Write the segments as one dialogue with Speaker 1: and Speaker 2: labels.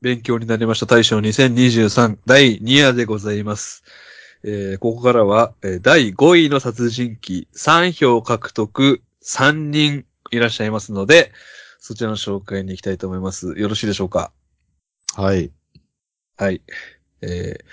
Speaker 1: 勉強になりました大賞2023第2夜でございます。えーここからは、えー第5位の殺人鬼3票獲得3人いらっしゃいますので、そちらの紹介に行きたいと思います。よろしいでしょうか
Speaker 2: はい。
Speaker 1: はい。えー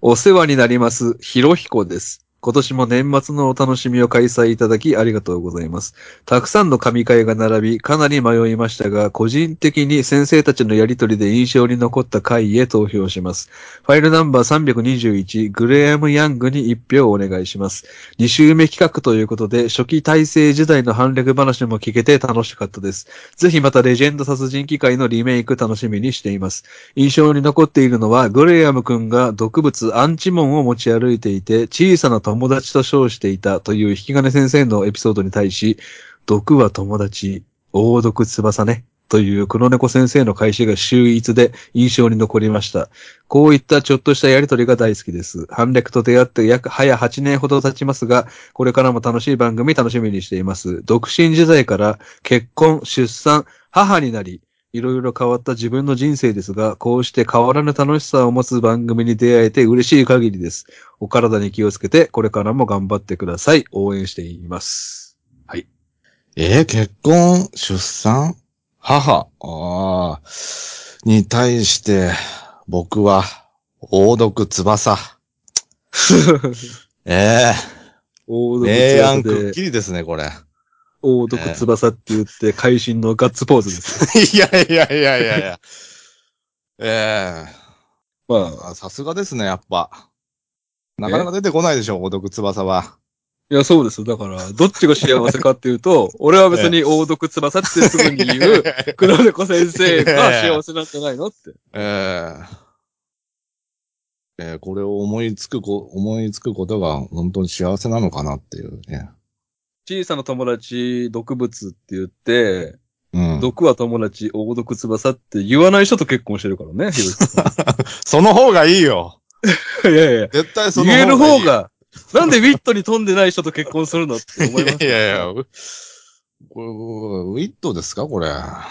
Speaker 1: お世話になります、ひろひこです。今年も年末のお楽しみを開催いただきありがとうございます。たくさんの神会が並び、かなり迷いましたが、個人的に先生たちのやりとりで印象に残った会へ投票します。ファイルナンバー321、グレアム・ヤングに1票お願いします。2週目企画ということで、初期体制時代の反逆話も聞けて楽しかったです。ぜひまたレジェンド殺人鬼会のリメイク楽しみにしています。印象に残っているのは、グレアム君が毒物アンチモンを持ち歩いていて、小さな友達と称していたという引き金先生のエピソードに対し、毒は友達、王毒翼ね。という黒猫先生の開始が秀逸で印象に残りました。こういったちょっとしたやりとりが大好きです。反略と出会って約早8年ほど経ちますが、これからも楽しい番組楽しみにしています。独身時代から結婚、出産、母になり、いろいろ変わった自分の人生ですが、こうして変わらぬ楽しさを持つ番組に出会えて嬉しい限りです。お体に気をつけて、これからも頑張ってください。応援しています。
Speaker 2: えー結婚、出産、母、ああ、に対して、僕は、王 毒翼。え
Speaker 1: 大
Speaker 2: え
Speaker 1: 毒
Speaker 2: 明暗く
Speaker 1: 翼
Speaker 2: っ
Speaker 1: で、
Speaker 2: きりですね、これ。
Speaker 1: 大毒翼って言って、会心のガッツポーズです。
Speaker 2: いやいやいやいやいや。え
Speaker 1: ま
Speaker 2: え
Speaker 1: あ、
Speaker 2: あさすがですね、やっぱ。なかなか出てこないでしょ、王毒翼は。
Speaker 1: いや、そうです。だから、どっちが幸せかっていうと、俺は別に大毒翼ってすぐに言 う、黒猫先生が幸せなんじゃないのって。
Speaker 2: えええーこれを思いつくこ、思いつくことが本当に幸せなのかなっていうね。
Speaker 1: 小さな友達、毒物って言って、
Speaker 2: うん。
Speaker 1: 毒は友達、大毒翼って言わない人と結婚してるからね、ひろゆきさ
Speaker 2: その方がいいよ。
Speaker 1: ん いやいやいや
Speaker 2: 絶対その
Speaker 1: 言える方
Speaker 2: いい。
Speaker 1: が、なんでウィットに富んでない人と結婚するのって思います、
Speaker 2: いやいやいや。うこれウィットですか これ。
Speaker 1: な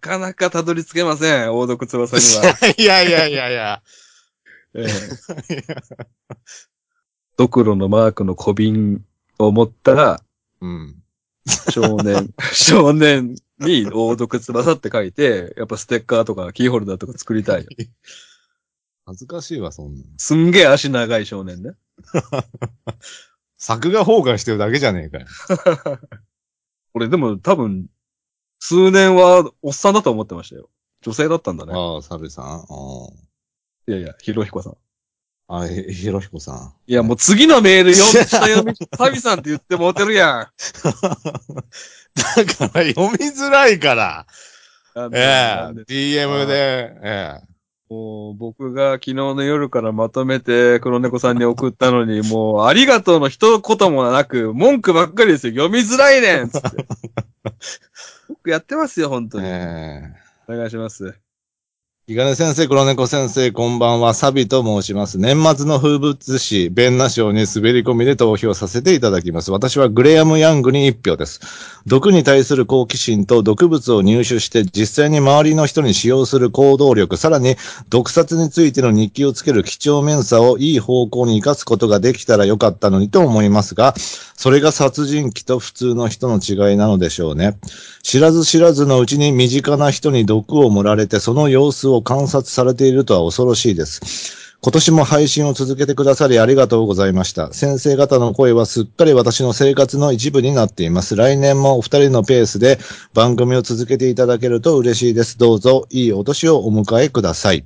Speaker 1: かなかたどり着けません、大毒翼には。
Speaker 2: いやいやいやいや。
Speaker 1: ええ ドクロのマークの小瓶を持った
Speaker 2: うん。
Speaker 1: 少 年、少年に大毒翼って書いて、やっぱステッカーとかキーホルダーとか作りたいよ。
Speaker 2: 恥ずかしいわ、そんな。
Speaker 1: すんげえ足長い少年ね。
Speaker 2: 作画崩壊してるだけじゃねえかよ。
Speaker 1: 俺でも多分、数年はおっさんだと思ってましたよ。女性だったんだね。
Speaker 2: ああ、サルさん。あ
Speaker 1: いやいや、ひろひこさん。
Speaker 2: ああ、ひひろひこさん。
Speaker 1: いや、もう次のメール読んで、下読 み、サビさんって言ってもうてるや
Speaker 2: だから読みづらいから。
Speaker 1: ん。なんで
Speaker 2: え
Speaker 1: なんで
Speaker 2: え DM で、え
Speaker 1: もう僕が昨日の夜からまとめて黒猫さんに送ったのに、もうありがとうの一言もなく、文句ばっかりですよ。読みづらいねんつって。僕やってますよ、本
Speaker 2: え
Speaker 1: 当に。
Speaker 2: ええ
Speaker 1: お願いします。
Speaker 2: いがね先生、黒猫先生、こんばんは、サビと申します。年末の風物詩、弁那賞に滑り込みで投票させていただきます。私はグレアム・ヤングに一票です。毒に対する好奇心と毒物を入手して実際に周りの人に使用する行動力、さらに毒殺についての日記をつける貴重面さをいい方向に活かすことができたらよかったのにと思いますが、それが殺人鬼と普通の人の違いなのでしょうね。知らず知らずのうちに身近な人に毒を盛られてその様子を観察されているとは恐ろしいです。今年も配信を続けてくださりありがとうございました。先生方の声はすっかり私の生活の一部になっています。来年もお二人のペースで番組を続けていただけると嬉しいです。どうぞいいお年をお迎えください。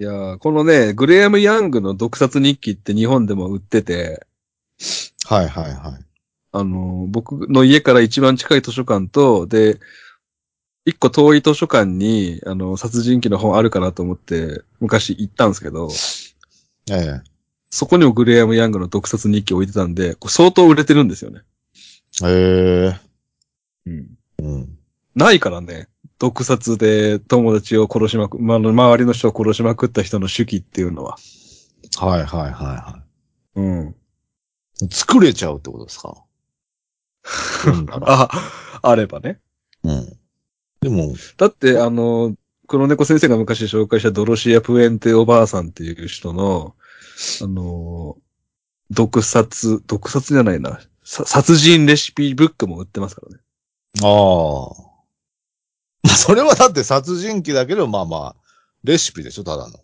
Speaker 1: いやーこのね、グレアム・ヤングの毒殺日記って日本でも売ってて、
Speaker 2: はいはいはい。
Speaker 1: あのー僕の家から一番近い図書館と、で、一個遠い図書館に、あの、殺人鬼の本あるかなと思って、昔行ったんですけど、
Speaker 2: え
Speaker 1: そこにもグレアム・ヤングの毒殺日記置いてたんで、これ相当売れてるんですよね。
Speaker 2: え。え
Speaker 1: うん。
Speaker 2: え。うん。
Speaker 1: ないからね、毒殺で友達を殺しまく、まあ、周りの人を殺しまくった人の手記っていうのは。
Speaker 2: はいはいはいは
Speaker 1: うん。
Speaker 2: い。作れちゃうってことですかうん
Speaker 1: あ、あればね。
Speaker 2: うん。でも、
Speaker 1: だって、あの、黒猫先生が昔紹介したドロシア・プエンテおばあさんっていう人の、あのー毒殺、毒殺じゃないな、さ殺人レシピブックも売ってますからね。
Speaker 2: ああ。まあ、 それはだって殺人鬼だけど、まあまあ、レシピでしょ、ただの。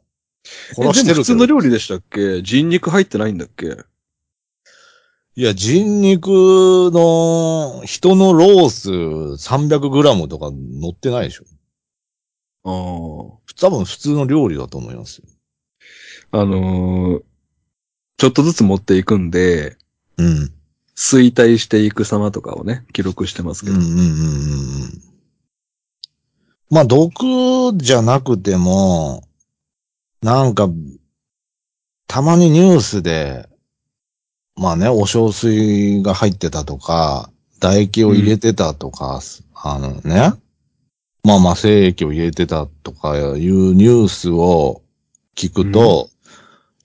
Speaker 2: 殺
Speaker 1: え
Speaker 2: して
Speaker 1: でも
Speaker 2: る
Speaker 1: 普
Speaker 2: け
Speaker 1: 通の
Speaker 2: ど。
Speaker 1: 料理でしたっけ人肉入ってないんだっけ
Speaker 2: いや、人肉の人のロース 300g とか乗ってないでしょ。
Speaker 1: ああ。
Speaker 2: 多分普通の料理だと思いますよ。
Speaker 1: あのーちょっとずつ持っていくんで、
Speaker 2: うん。
Speaker 1: 衰退していく様とかをね、記録してますけ
Speaker 2: うん
Speaker 1: ど。
Speaker 2: うんうんうん。まあ、毒じゃなくても、なんか、たまにニュースで、まあね、お小水が入ってたとか、唾液を入れてたとか、あのね、まあまあ精液を入れてたとかいうニュースを聞くと、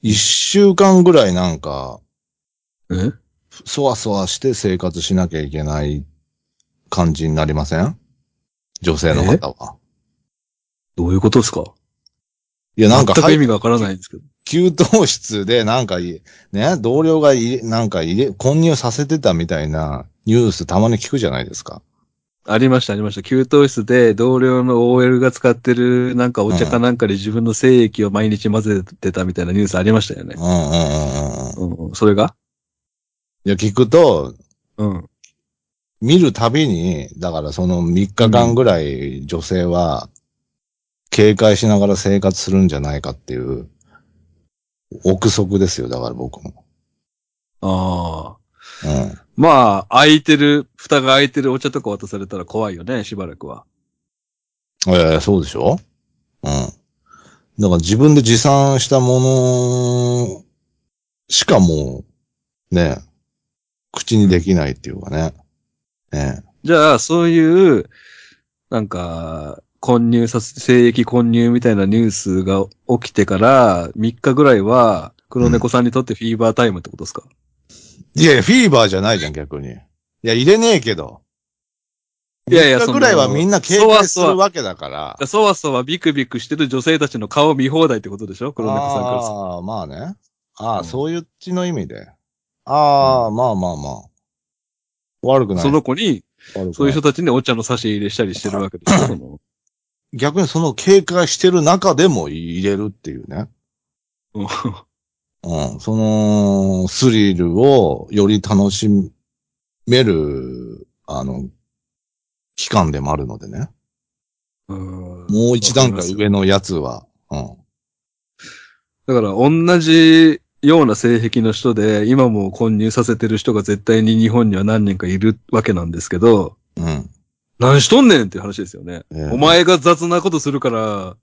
Speaker 2: 一、週間ぐらいなんか、
Speaker 1: え
Speaker 2: そわそわして生活しなきゃいけない感じになりません女性の方は。
Speaker 1: どういうことですか
Speaker 2: いや、なんか、
Speaker 1: 全く
Speaker 2: は
Speaker 1: 意
Speaker 2: い
Speaker 1: 味がわからないんですけど。
Speaker 2: 給湯室で、なんかい、ね、同僚がい、なんか入れ、混入させてたみたいなニュースたまに聞くじゃないですか。
Speaker 1: ありました、ありました。給湯室で同僚の OL が使ってるなんかお茶かなんかで自分の精液を毎日混ぜてたみたいなニュースありましたよね
Speaker 2: うん。うんうんうん。
Speaker 1: うん、うん、それが
Speaker 2: いや、聞くと、
Speaker 1: うん。
Speaker 2: 見るたびに、だからその3日間ぐらい女性は、警戒しながら生活するんじゃないかっていう、憶測ですよ、だから僕も。
Speaker 1: ああ。
Speaker 2: うん。
Speaker 1: まあ、空いてる、蓋が開いてるお茶とか渡されたら怖いよね、しばらくは。
Speaker 2: ええそうでしょうん。だから自分で持参したものしかもう、ね、口にできないっていうかね。ね
Speaker 1: じゃあ、そういう、なんか、混入させ、精液混入みたいなニュースが起きてから3日ぐらいは、黒猫さんにとってフィーバータイムってことですか、
Speaker 2: いやいや、フィーバーじゃないじゃん、逆に。いや、入れねえけど。
Speaker 1: いやいや
Speaker 2: 3日ぐらいはみんな警
Speaker 1: そわ
Speaker 2: 戒す
Speaker 1: そわ
Speaker 2: るわけだから。
Speaker 1: そわそわビクビクしてる女性たちの顔見放題ってことでしょ黒猫さんからする
Speaker 2: ああ、まあね。ああ、
Speaker 1: うん
Speaker 2: そういうちの意味で。ああ、まあまあまあ。悪く
Speaker 1: と
Speaker 2: ない。
Speaker 1: その子に、
Speaker 2: 悪く
Speaker 1: そういう
Speaker 2: な
Speaker 1: 人
Speaker 2: い
Speaker 1: たちにお茶の差し入れしたりしてるわけでしょその
Speaker 2: 逆にその警戒してる中でも入れるっていうね。
Speaker 1: うん
Speaker 2: うん、そのスリルをより楽しめる、あの、期間でもあるのでね。
Speaker 1: うん
Speaker 2: もう一段階上のやつは。うん。
Speaker 1: だから、同じような性癖の人で、今も混入させてる人が絶対に日本には何人かいるわけなんですけど、
Speaker 2: うん。
Speaker 1: 何しとんねんっていう話ですよね。
Speaker 2: ええ
Speaker 1: お前が雑なことするから、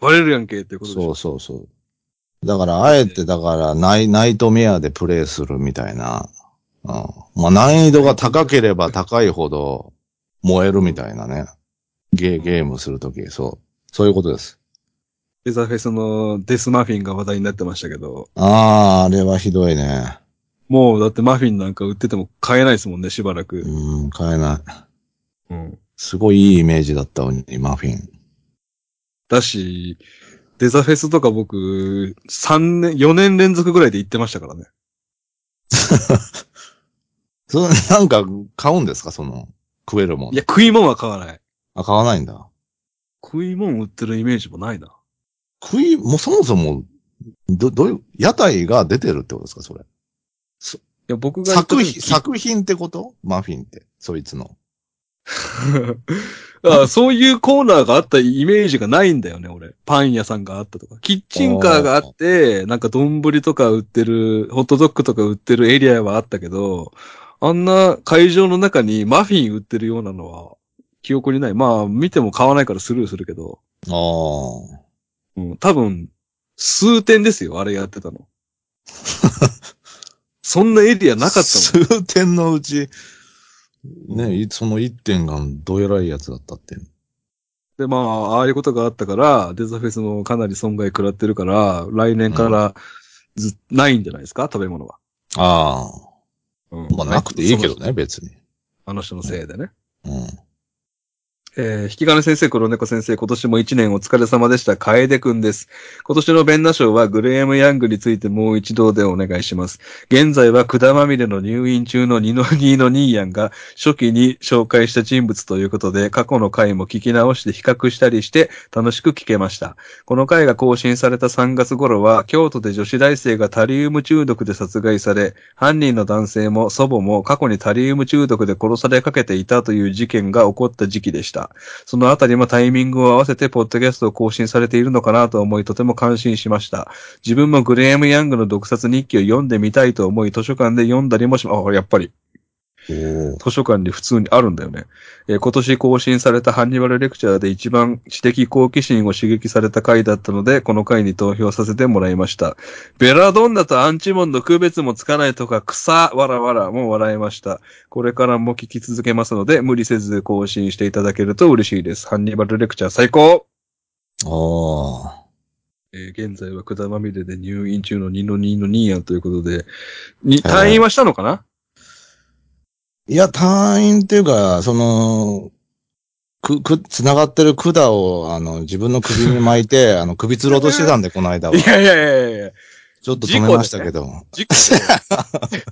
Speaker 1: バレるやんけっていうことでし
Speaker 2: そ
Speaker 1: ょ
Speaker 2: うそうそう。だから、あえて、だからナイ、ナイトメアでプレイするみたいな。うん。まあ、難易度が高ければ高いほど燃えるみたいなね。ゲー、ゲームするとき、そう。そういうことです。
Speaker 1: デザフェスのデスマフィンが話題になってましたけど、
Speaker 2: ああ、あれはひどいね。
Speaker 1: もうだってマフィンなんか売ってても買えないですもんね、しばらく。
Speaker 2: うん、買えな
Speaker 1: う
Speaker 2: い。
Speaker 1: ん。
Speaker 2: すごいいいイメージだったのに、マフィン。
Speaker 1: だし、デザフェスとか僕、3年、4年連続ぐらいで行ってましたからね。
Speaker 2: その、なんか、買うんですかその、食えるもん。
Speaker 1: いや、、食い物は買わない。
Speaker 2: あ、買わないんだ。
Speaker 1: 食い物売ってるイメージもないな。
Speaker 2: 食い、もうそもそも、ど、どういう、屋台が出てるってことですかそれ。
Speaker 1: いや、僕が行った
Speaker 2: 作
Speaker 1: 時
Speaker 2: 品、作品ってことマフィンって、そいつの。
Speaker 1: あそういうコーナーがあったイメージがないんだよね、俺。パン屋さんがあったとか。キッチンカーがあって、なんか丼とか売ってる、ホットドッグとか売ってるエリアはあったけど、あんな会場の中にマフィン売ってるようなのは記憶にない。まあ、見ても買わないからスルーするけど、
Speaker 2: ああ。
Speaker 1: うん、多分、数点ですよ、あれやってたの。そんなエリアなかったもん。
Speaker 2: 数点のうち、ね、いその一点がどえらいやつだったって。
Speaker 1: で、まあ、ああいうことがあったから、デザフェスもかなり損害食らってるから、来年からず、ないんじゃないですか食べ物は。
Speaker 2: あ
Speaker 1: うん
Speaker 2: あ。まあ、なくていいけど。ね、別に。
Speaker 1: あの人のせいでね。
Speaker 2: うん。
Speaker 1: えー、引き金先生、黒猫先生、今年も一年お疲れ様でした。楓くんです。今年のベンナ賞はグレーム・ヤングについてもう一度でお願いします。現在は管まみれの入院中のニノニーのニーヤンが初期に紹介した人物ということで、過去の回も聞き直して比較したりして楽しく聞けました。この回が更新された3月頃は、京都で女子大生がタリウム中毒で殺害され、犯人の男性も祖母も過去にタリウム中毒で殺されかけていたという事件が起こった時期でした。そのあたりもタイミングを合わせて、ポッドキャストを更新されているのかなと思い、とても感心しました。自分もグレーム・ヤングの毒殺日記を読んでみたいと思い、図書館で読んだりもしま、あ、やっぱり、
Speaker 2: お
Speaker 1: 図書館に普通にあるんだよね。えー今年更新されたハンニバルレクチャーで一番知的好奇心を刺激された回だったので、この回に投票させてもらいました。ベラドンナとアンチモンの区別もつかないとか、草、わらわらも笑いました。これからも聞き続けますので、無理せず更新していただけると嬉しいです。ハンニバルレクチャー最高
Speaker 2: おー
Speaker 1: えー現在は管まみれで入院中の2の2の2やということで、に、退院はしたのかない
Speaker 2: や、退院っていうか、その、く、く、繋がってる管を、あの、自分の首に巻 いて、あの、首吊ろうとしてたんで、この間は。
Speaker 1: い
Speaker 2: ち
Speaker 1: やいやいやいやいや、
Speaker 2: ょっと止めましたけど。
Speaker 1: 事故だよ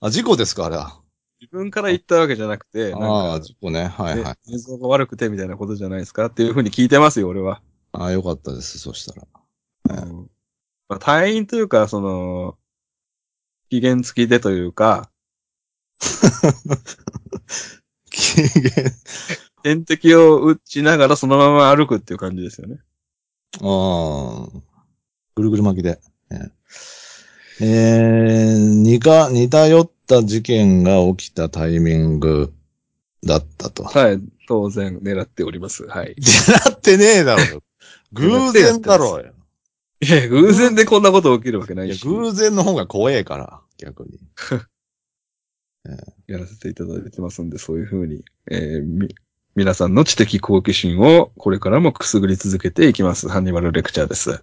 Speaker 2: あ、事故ですか、あれは。
Speaker 1: 自分から言ったわけじゃなくて、なんか
Speaker 2: ああ、事故ね。はいはい
Speaker 1: ね。映像が悪くてみたいなことじゃないですかっていうふうに聞いてますよ、俺は。
Speaker 2: ああ、よかったです、そした ら。
Speaker 1: うんまあ、退院というか、その、期限付きでというか、
Speaker 2: 機嫌
Speaker 1: 点滴を打ちながらそのまま歩くっていう感じですよね。
Speaker 2: ああ、ぐるぐる巻きで。ねえー、似か、似たよった事件が起きたタイミングだったと。
Speaker 1: はい。当然狙っております。はい。
Speaker 2: 狙ってねえだろ。偶然だろうよ。
Speaker 1: いや、偶然でこんなこと起きるわけない
Speaker 2: いや、
Speaker 1: し、
Speaker 2: 偶然の方が怖えから、逆に。
Speaker 1: やらせていただいてますんで、そういうふうに、えーみ、皆さんの知的好奇心をこれからもくすぐり続けていきます。ハンニバルレクチャーです。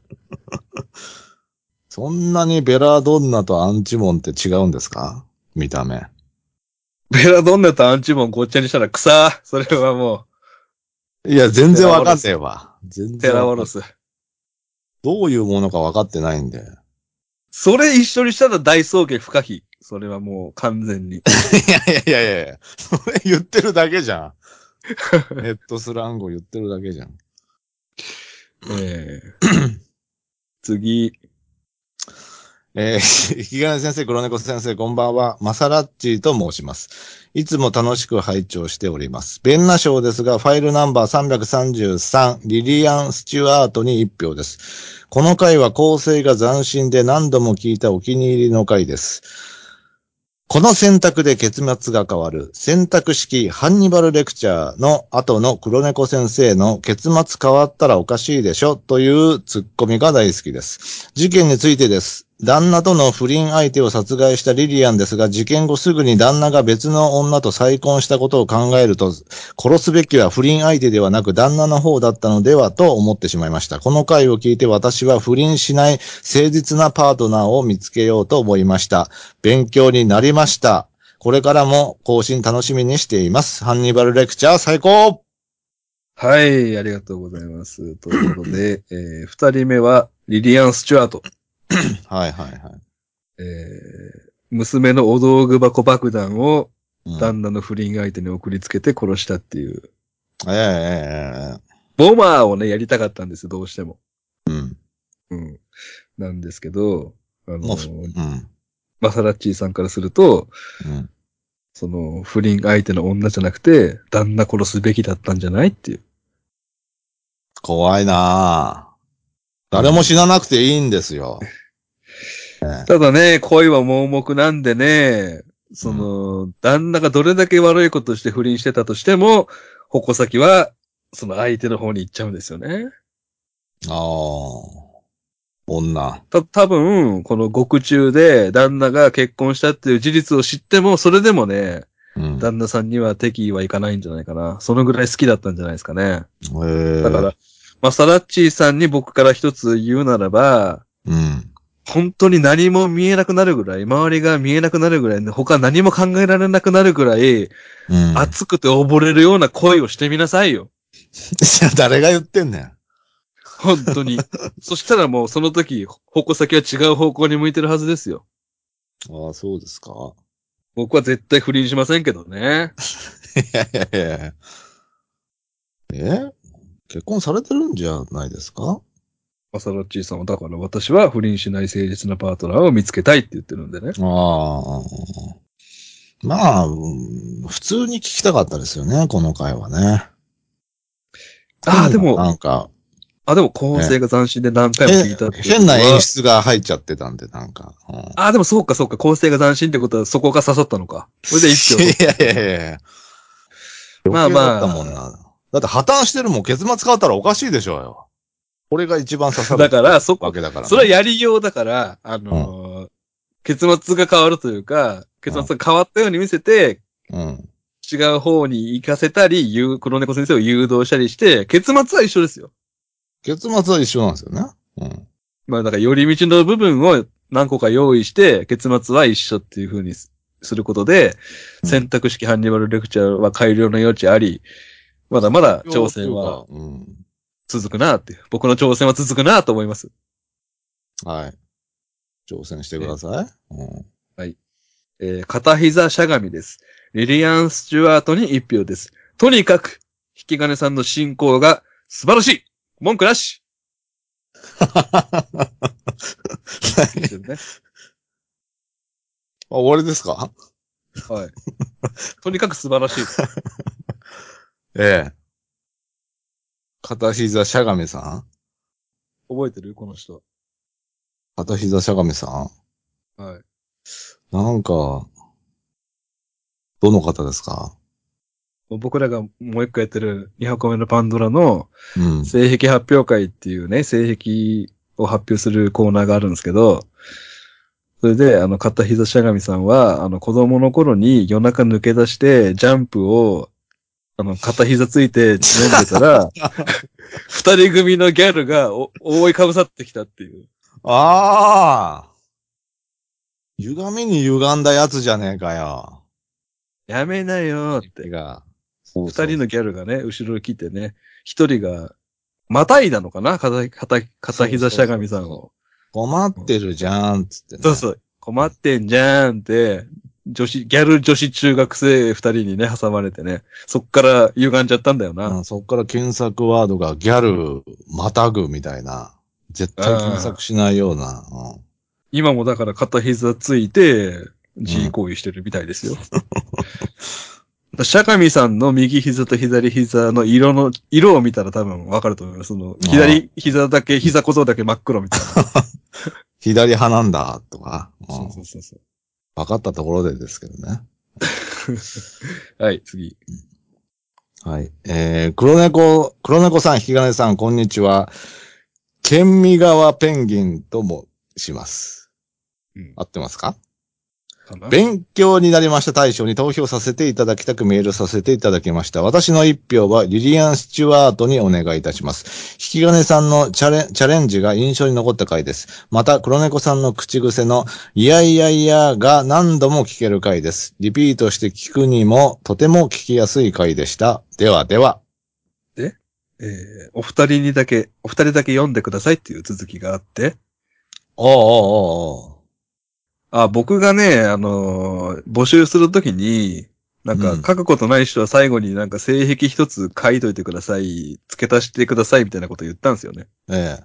Speaker 2: そんなにベラドンナとアンチモンって違うんですか見た目。
Speaker 1: ベラドンナとアンチモンごっちゃにしたら草それはも
Speaker 2: いや、全然わかんねえわ。全
Speaker 1: う、テ
Speaker 2: 然
Speaker 1: ラワ
Speaker 2: わか
Speaker 1: ロ
Speaker 2: ん。
Speaker 1: ス。
Speaker 2: どういうものか分かってないんで。
Speaker 1: それ一緒にしたら大草原不可避。それはもう完全 に。
Speaker 2: いやいやいやいや、それ言ってるだけじゃん。ネットスラングを言ってるだけじゃん。
Speaker 1: ええ次、
Speaker 2: えー、 引き金先生、黒猫先生、こんばんは。マサラッチーと申します。いつも楽しく拝聴しております。ベンナ賞ですが、ファイルナンバー333、リリアン・スチュワートに1票です。この回は構成が斬新で何度も聞いたお気に入りの回です。この選択で結末が変わる、選択式ハンニバルレクチャーの後の黒猫先生の結末変わったらおかしいでしょというツッコミが大好きです。事件についてです。旦那との不倫相手を殺害したリリアンですが、事件後すぐに旦那が別の女と再婚したことを考えると、殺すべきは不倫相手ではなく旦那の方だったのではと思ってしまいました。この回を聞いて私は不倫しない誠実なパートナーを見つけようと思いました。勉強になりました。これからも更新楽しみにしています。ハンニバルレクチャー最高
Speaker 1: はい、ありがとうございます。ということで、えー二人目は、リリアン・スチュアート。
Speaker 2: はいはいはい。
Speaker 1: えー娘のお道具箱爆弾を
Speaker 2: うん
Speaker 1: 旦那の不倫相手に送りつけて殺したっていう。
Speaker 2: えええええ
Speaker 1: ボマーをね、やりたかったんですよ、どうしても。
Speaker 2: えうん。
Speaker 1: うん。なんですけど、あの
Speaker 2: もう、ふ、うん。
Speaker 1: マサラッチーさんからすると、
Speaker 2: うん。
Speaker 1: その、不倫相手の女じゃなくて、旦那殺すべきだったんじゃないっていう。
Speaker 2: 怖いなぁ。誰も死ななくていいんですよ。
Speaker 1: ただね、恋は盲目なんでね、その、旦那がどれだけ悪いことして不倫してたとしても、矛先は、その相手の方に行っちゃうんですよね。
Speaker 2: ああ。女。
Speaker 1: た、多分この獄中で旦那が結婚したっていう事実を知っても、それでもね、
Speaker 2: うん。
Speaker 1: 旦那さんには敵意はいかないんじゃないかな。そのぐらい好きだったんじゃないですかね。
Speaker 2: ええ
Speaker 1: だから、まあ、サラッチーさんに僕から一つ言うならば、
Speaker 2: うん。
Speaker 1: 本当に何も見えなくなるぐらい、周りが見えなくなるぐらい、他何も考えられなくなるぐらい、
Speaker 2: うん。
Speaker 1: 熱くて溺れるような恋をしてみなさいよ。
Speaker 2: いや、誰が言ってんねん。
Speaker 1: 本当 に。そしたらもうその時、方向先は違う方向に向いてるはずですよ。
Speaker 2: ああ、そうですか。
Speaker 1: 僕は絶対不倫しませんけどね。
Speaker 2: いやいやいやいや。え結婚されてるんじゃないですか
Speaker 1: マサロッチーさんは、だから私は不倫しない誠実なパートナーを見つけたいって言ってるんでね。
Speaker 2: ああ。まあ、うん普通に聞きたかったですよね、この回はね。
Speaker 1: ああ、でも、
Speaker 2: なんか、
Speaker 1: あ、でも構成が斬新で何回も聞いたって
Speaker 2: え
Speaker 1: いう
Speaker 2: 変な
Speaker 1: ことは
Speaker 2: 演出が入っちゃってたんで、なんか。うん
Speaker 1: ああ、でもそうかそうか、構成が斬新ってことはそこが刺さったのか。それで 一挙。
Speaker 2: いやいやいやいや。
Speaker 1: まあまあ
Speaker 2: 余計だったもんな。だって破綻してるもん、結末変わったらおかしいでしょうよ。これが一番刺さ
Speaker 1: だ
Speaker 2: る
Speaker 1: から、そこ
Speaker 2: わ、けだからね、
Speaker 1: それはやりようだから、あのー結末が変わるというか、結末が変わったように見せて、
Speaker 2: うん。
Speaker 1: 違う方に行かせたり、ゆう黒猫先生を誘導したりして、結末は一緒ですよ。
Speaker 2: 結末は一緒なんですよね。うん。
Speaker 1: まあだから、寄り道の部分を何個か用意して、結末は一緒っていう風にすすることで、
Speaker 2: うん
Speaker 1: 選択式ハンニバルレクチャーは改良の余地あり、まだまだ挑戦は
Speaker 2: 要は。うん。
Speaker 1: 続くなって、僕の挑戦は続くなと思います。
Speaker 2: はい。挑戦してください。うん。
Speaker 1: えー片膝しゃがみです。リリアン・スチュワートに一票です。とにかく、引き金さんの進行が素晴らしい文句なしですよね
Speaker 2: あ、終わりですか
Speaker 1: はい。とにかく素晴らしい。
Speaker 2: ええ。片膝しゃがみさん
Speaker 1: 覚えてるこの人。
Speaker 2: 片膝しゃがみさ
Speaker 1: はい。
Speaker 2: んなんか、どの方ですか
Speaker 1: 僕らがもう一回やってる2箱目のパンドラの
Speaker 2: うん。
Speaker 1: 性癖発表会っていうね、性癖を発表するコーナーがあるんですけど、それで、あの、片膝しゃがみさんは、あの、子供の頃に夜中抜け出して、ジャンプを、あの、片膝ついて飲んでたら、 二人組のギャルがお覆いかぶさってきたっていう。
Speaker 2: ああ歪みに歪んだやつじゃねえかよ。
Speaker 1: やめなよって。
Speaker 2: が。
Speaker 1: 二人のギャルがね、後ろに来てね、一人が、またいだのかな片片片膝しゃがみさんを。
Speaker 2: 困ってるじゃん、つってね。
Speaker 1: そうそう。困ってんじゃーんって、女子、ギャル女子中学生二人にね、挟まれてね。そっから歪んじゃったんだよな。
Speaker 2: うんそっから検索ワードがギャル、またぐみたいな。絶対検索しないような。うん
Speaker 1: 今もだから片膝ついて、G 行為してるみたいです よ。シャカミさんの右膝と左膝の色の、色を見たら多分わかると思います。その、
Speaker 2: あ
Speaker 1: 左膝だけ、膝小僧だけ真っ黒みたいな。
Speaker 2: 左派なんだ、とか。うん
Speaker 1: そうそうそうそ
Speaker 2: 分かったところでですけどね。
Speaker 1: う。はい、次。
Speaker 2: はい。えー、黒猫、黒猫さん、引き金さん、こんにちは。県見川ペンギンともします。
Speaker 1: うん
Speaker 2: 合ってますか
Speaker 1: かな
Speaker 2: 勉強になりました大賞に投票させていただきたくメールさせていただきました。私の一票はリリアン・スチュワートにお願いいたします。引き金さんのチャレンチャレンジが印象に残った回です。また、黒猫さんの口癖のいやいやいやが何度も聞ける回です。リピートして聞くにもとても聞きやすい回でした。ではでは。
Speaker 1: えーお二人にだけ、お二人だけ読んでくださいっていう続きがあって、
Speaker 2: おうおうおうおう
Speaker 1: あ、僕がね、あのー募集するときに、なんか、
Speaker 2: うん
Speaker 1: 書くことない人は最後になんか性癖一つ書いといてください、付け足してくださいみたいなこと言ったんですよね。
Speaker 2: ええ。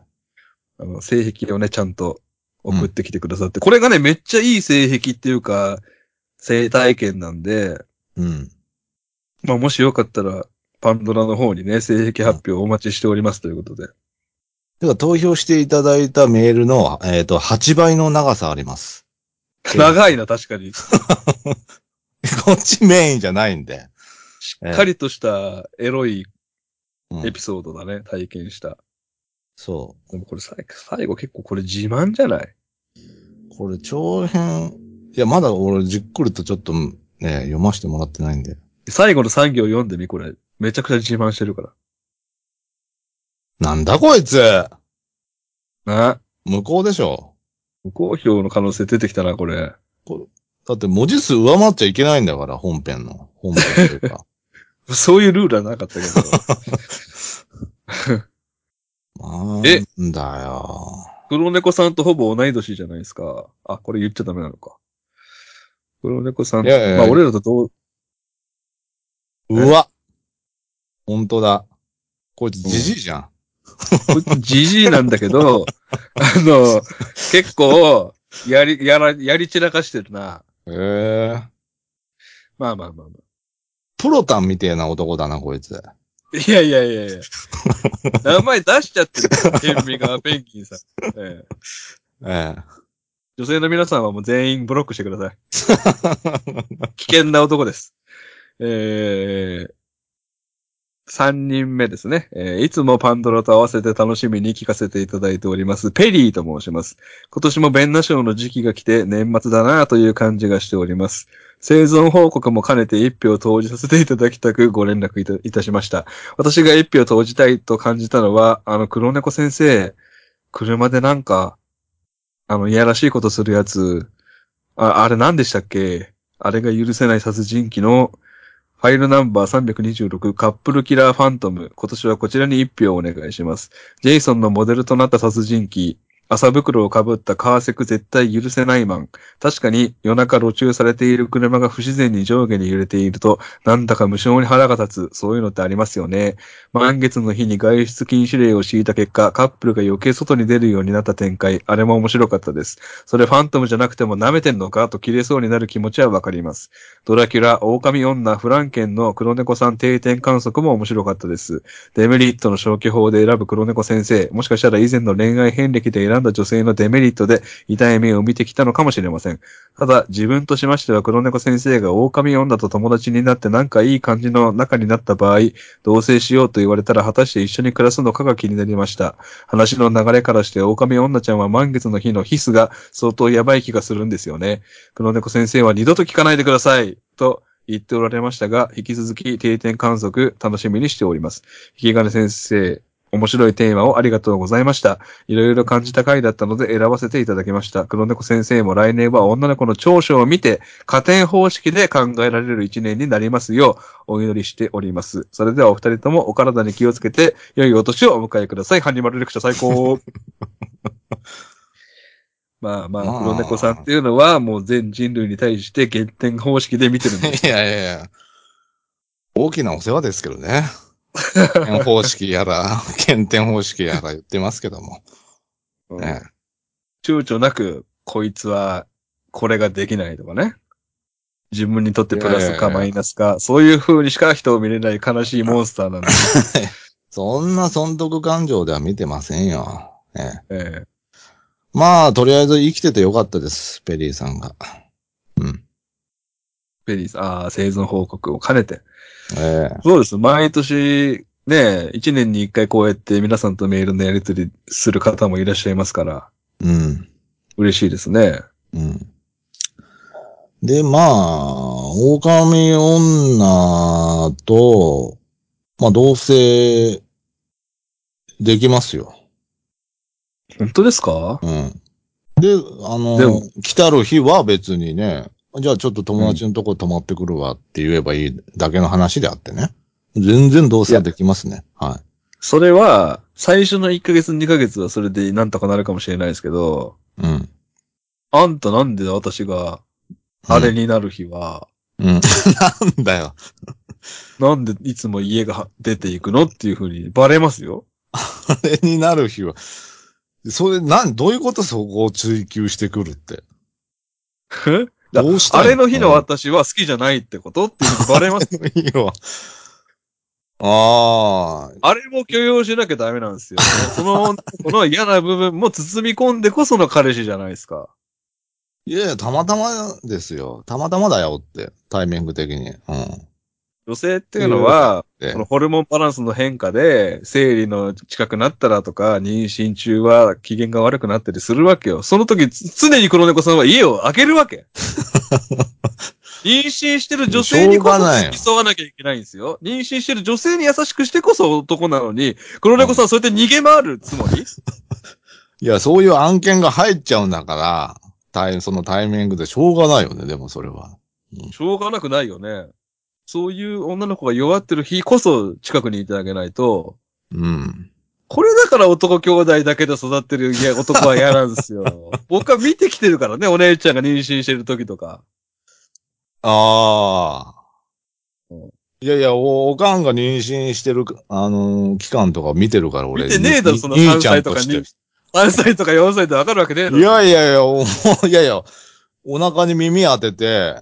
Speaker 1: あの、性癖をね、ちゃんと送ってきてくださって。これがね、めっちゃいい性癖っていうか、性体験なんで、
Speaker 2: うん。
Speaker 1: まあ、もしよかったら、パンドラの方にね、性癖発表お待ちしておりますということで。
Speaker 2: では、投票していただいたメールの、えっ、と、8倍の長さあります。うん
Speaker 1: 長いな、確かに。し
Speaker 2: こっちメインじゃないんで。
Speaker 1: っかりとしたエロい
Speaker 2: うん
Speaker 1: エピソードだね、体験した。
Speaker 2: そ。
Speaker 1: でもこれ最最後結構これ自慢じゃないう
Speaker 2: これ長編、いや、まだ俺じっくりとちょっとね、読ませてもらってないんで。
Speaker 1: 最後の3行読んでみ、これ。めちゃくちゃ自慢してるから。
Speaker 2: なんだこいつ
Speaker 1: な
Speaker 2: 向こうでしょ
Speaker 1: 無好評の可能性出てきたな、これ。
Speaker 2: だって文字数上回っちゃいけないんだから、本編の。本編という か。
Speaker 1: そういうルールはなかった けど。え
Speaker 2: なんだよ。
Speaker 1: 黒猫さんとほぼ同い年じゃないですか。あ、これ言っちゃダメなのか。黒猫さん。
Speaker 2: いやいやいや
Speaker 1: まあ、俺らとどう、
Speaker 2: うわ。本当だ。こいつじじいじゃん。
Speaker 1: こいつじじいなんだけ ど、あの、結構、やり、やら、やり散らかしてるな。
Speaker 2: へえ。
Speaker 1: まあまあまあま
Speaker 2: プロタンみてえな男だな、こいつ。
Speaker 1: あ。いやいやいや いや。名前出しちゃってるから。天秤がペンギンさん。ええ
Speaker 2: ええ。
Speaker 1: 女性の皆さんはもう全員ブロックしてください。危険な男です。えー、3人目ですね、えーいつもパンドラと合わせて楽しみに聞かせていただいております、ペリーと申します。今年もベンナ賞の時期が来て年末だなという感じがしております。生存報告も兼ねて一票投じさせていただきたくご 連絡いたいたしました。私が一票投じたいと感じたのは、あの黒猫先生、車でなんか、あの、いやらしいことするやつ、あ、あれ何でしたっけあれが許せない殺人鬼のファイルナンバー326カップルキラーファントム。今年はこちらに一票をお願いします。ジェイソンのモデルとなった殺人鬼。朝袋をかぶったカーセク絶対許せないマン。確かに夜中路中されている車が不自然に上下に揺れていると、なんだか無性に腹が立つ。そういうのってありますよね。満月の日に外出禁止令を敷いた結果、カップルが余計外に出るようになった展開。あれも面白かったです。それファントムじゃなくても舐めてんのかと切れそうになる気持ちはわかります。ドラキュラ、狼女、フランケンの黒猫さん定点観測も面白かったです。デメリットの消去法で選ぶ黒猫先生、もしかしたら以前の恋愛遍歴で選んだ女性のデメリットで痛い目を見てきたのかもしれません。ただ、自分としましては黒猫先生が狼女と友達になってなんかいい感じの仲になった場合、同棲しようと言われたら果たして一緒に暮らすのかが気になりました。話の流れからして、狼女ちゃんは満月の日のヒスが相当やばい気がするんですよね。黒猫先生は二度と聞かないでくださいと言っておられましたが、引き続き定点観測楽しみにしております。引き金先生、面白いテーマをありがとうございました。いろいろ感じた回だったので選ばせていただきました。黒猫先生も来年は女の子の長所を見て、加点方式で考えられる一年になりますよう、お祈りしております。それではお二人ともお体に気をつけて、良いお年をお迎えください。ハンニバルレクチャー最高まあま
Speaker 2: ま
Speaker 1: あ、
Speaker 2: あ
Speaker 1: 黒猫さんっていうのはもう全人類に対して減点方式で見てるんです。
Speaker 2: いやいやいや。大きなお世話ですけどね。加点方式やら、 減点方式やら言ってますけども。ね、
Speaker 1: 躊躇なく、こいつは、これができないとかね。自分にとってプラスか
Speaker 2: いやいやいや
Speaker 1: マイナスか、そういう風にしか人を見れない悲しいモンスターなんで。
Speaker 2: そんな損得感情では見てませんよ。ね、
Speaker 1: ええ
Speaker 2: まあ、とりあえず生きててよかったです。ペリーさんが。うん。
Speaker 1: ペリーさん、ああ、生存報告を兼ねて。
Speaker 2: ええ
Speaker 1: そうです。毎年、ね、一年に一回こうやって皆さんとメールのやりとりする方もいらっしゃいますから、
Speaker 2: うん。
Speaker 1: 嬉しいですね。
Speaker 2: うん。で、まあ、狼女と、まあ、同棲できますよ。
Speaker 1: 本当ですか
Speaker 2: うん。で、あの、
Speaker 1: でも
Speaker 2: 来たる日は別にね、じゃあちょっと友達のとこ泊まってくるわって言えばいいだけの話であってね。全然同棲はできますね。は
Speaker 1: それは、最初の1ヶ月2ヶ月はそれでなんとかなるかもしれないですけど、
Speaker 2: い。うん。
Speaker 1: あんたなんで私が、あれになる日は、
Speaker 2: うん。なんだよ。
Speaker 1: なんでいつも家が出ていくのっていうふうにバレますよ。
Speaker 2: あれになる日は。それ、なん、どういうことそこを追求してくるって。
Speaker 1: だ
Speaker 2: どうした
Speaker 1: あ
Speaker 2: い
Speaker 1: れの日の私は好きじゃないってことっていうふうにバレます。
Speaker 2: いいわ。あ
Speaker 1: あれも許容しなきゃダメなんですよ。その女の 子の嫌な部分も包み込んでこその彼氏じゃないですか。
Speaker 2: ーいやいや、たまたまですよ。たまたまだよって、タイミング的に。うん。
Speaker 1: 女性っていうのは、
Speaker 2: で
Speaker 1: このホルモンバランスの変化で、生理の近くなったらとか、妊娠中は機嫌が悪くなったりするわけよ。その時、つ常に黒猫さんは家を開けるわけ。 妊娠してる女性にこ
Speaker 2: しょうがない
Speaker 1: そ
Speaker 2: よ
Speaker 1: 付き添わなきゃいけないんですよ。妊娠してる女性に優しくしてこそ男なのに、黒猫さんはそうやって逃げ回るつもり
Speaker 2: いや、そういう案件が入っちゃうんだから、タイそのタイミングでしょうがないよね、でもそれは。
Speaker 1: しょうがなくないよね。そういう女の子が弱ってる日こそ近くにいてあげないと、
Speaker 2: うん。
Speaker 1: これだから男兄弟だけで育ってるいや男は嫌なんです よ。僕は見てきてるからね、お姉ちゃんが妊娠してる時とか。
Speaker 2: ああ
Speaker 1: うん。
Speaker 2: いやいや、お、おかんが妊娠してる、あのー期間とか見てるから、俺。
Speaker 1: 見てねえだろ
Speaker 2: に
Speaker 1: その
Speaker 2: に
Speaker 1: 3歳とか
Speaker 2: 兄ちゃんして
Speaker 1: 3歳とか4歳でわかるわけねえだろ
Speaker 2: いやいやいや、お いやいや、お腹に耳当てて、え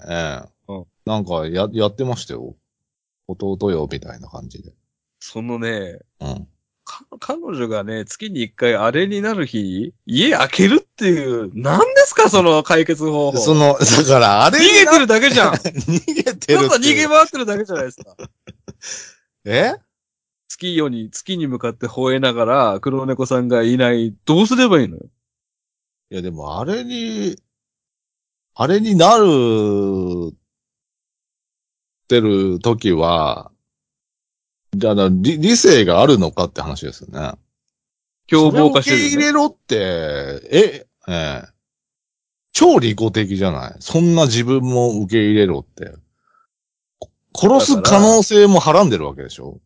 Speaker 2: え
Speaker 1: うん
Speaker 2: なんかや、やってましたよ。弟よ、みたいな感じで。
Speaker 1: そのね、
Speaker 2: うん。
Speaker 1: か彼女がね、月に一回あれになる日、家開けるっていう、何ですかその解決方法。
Speaker 2: そ
Speaker 1: 逃
Speaker 2: の、だから、あれ
Speaker 1: げてるだけじゃん。ただ
Speaker 2: 逃げてるっていう。
Speaker 1: 逃げ回ってるだけじゃないですか。
Speaker 2: え
Speaker 1: 月夜に、月に向かって吠えながら、黒猫さんがいない、どうすればいいのよ。
Speaker 2: いや、でも、あれに、あれになる、ってる時は、だから、理、理性があるのかって話ですよね。
Speaker 1: 凶暴化してる
Speaker 2: そ
Speaker 1: よ、
Speaker 2: れ
Speaker 1: ね。
Speaker 2: を受け入れろって、え、ええ超利己的じゃないそんな自分も受け入れろって。こ殺す可能性もはらんでるわけでしょ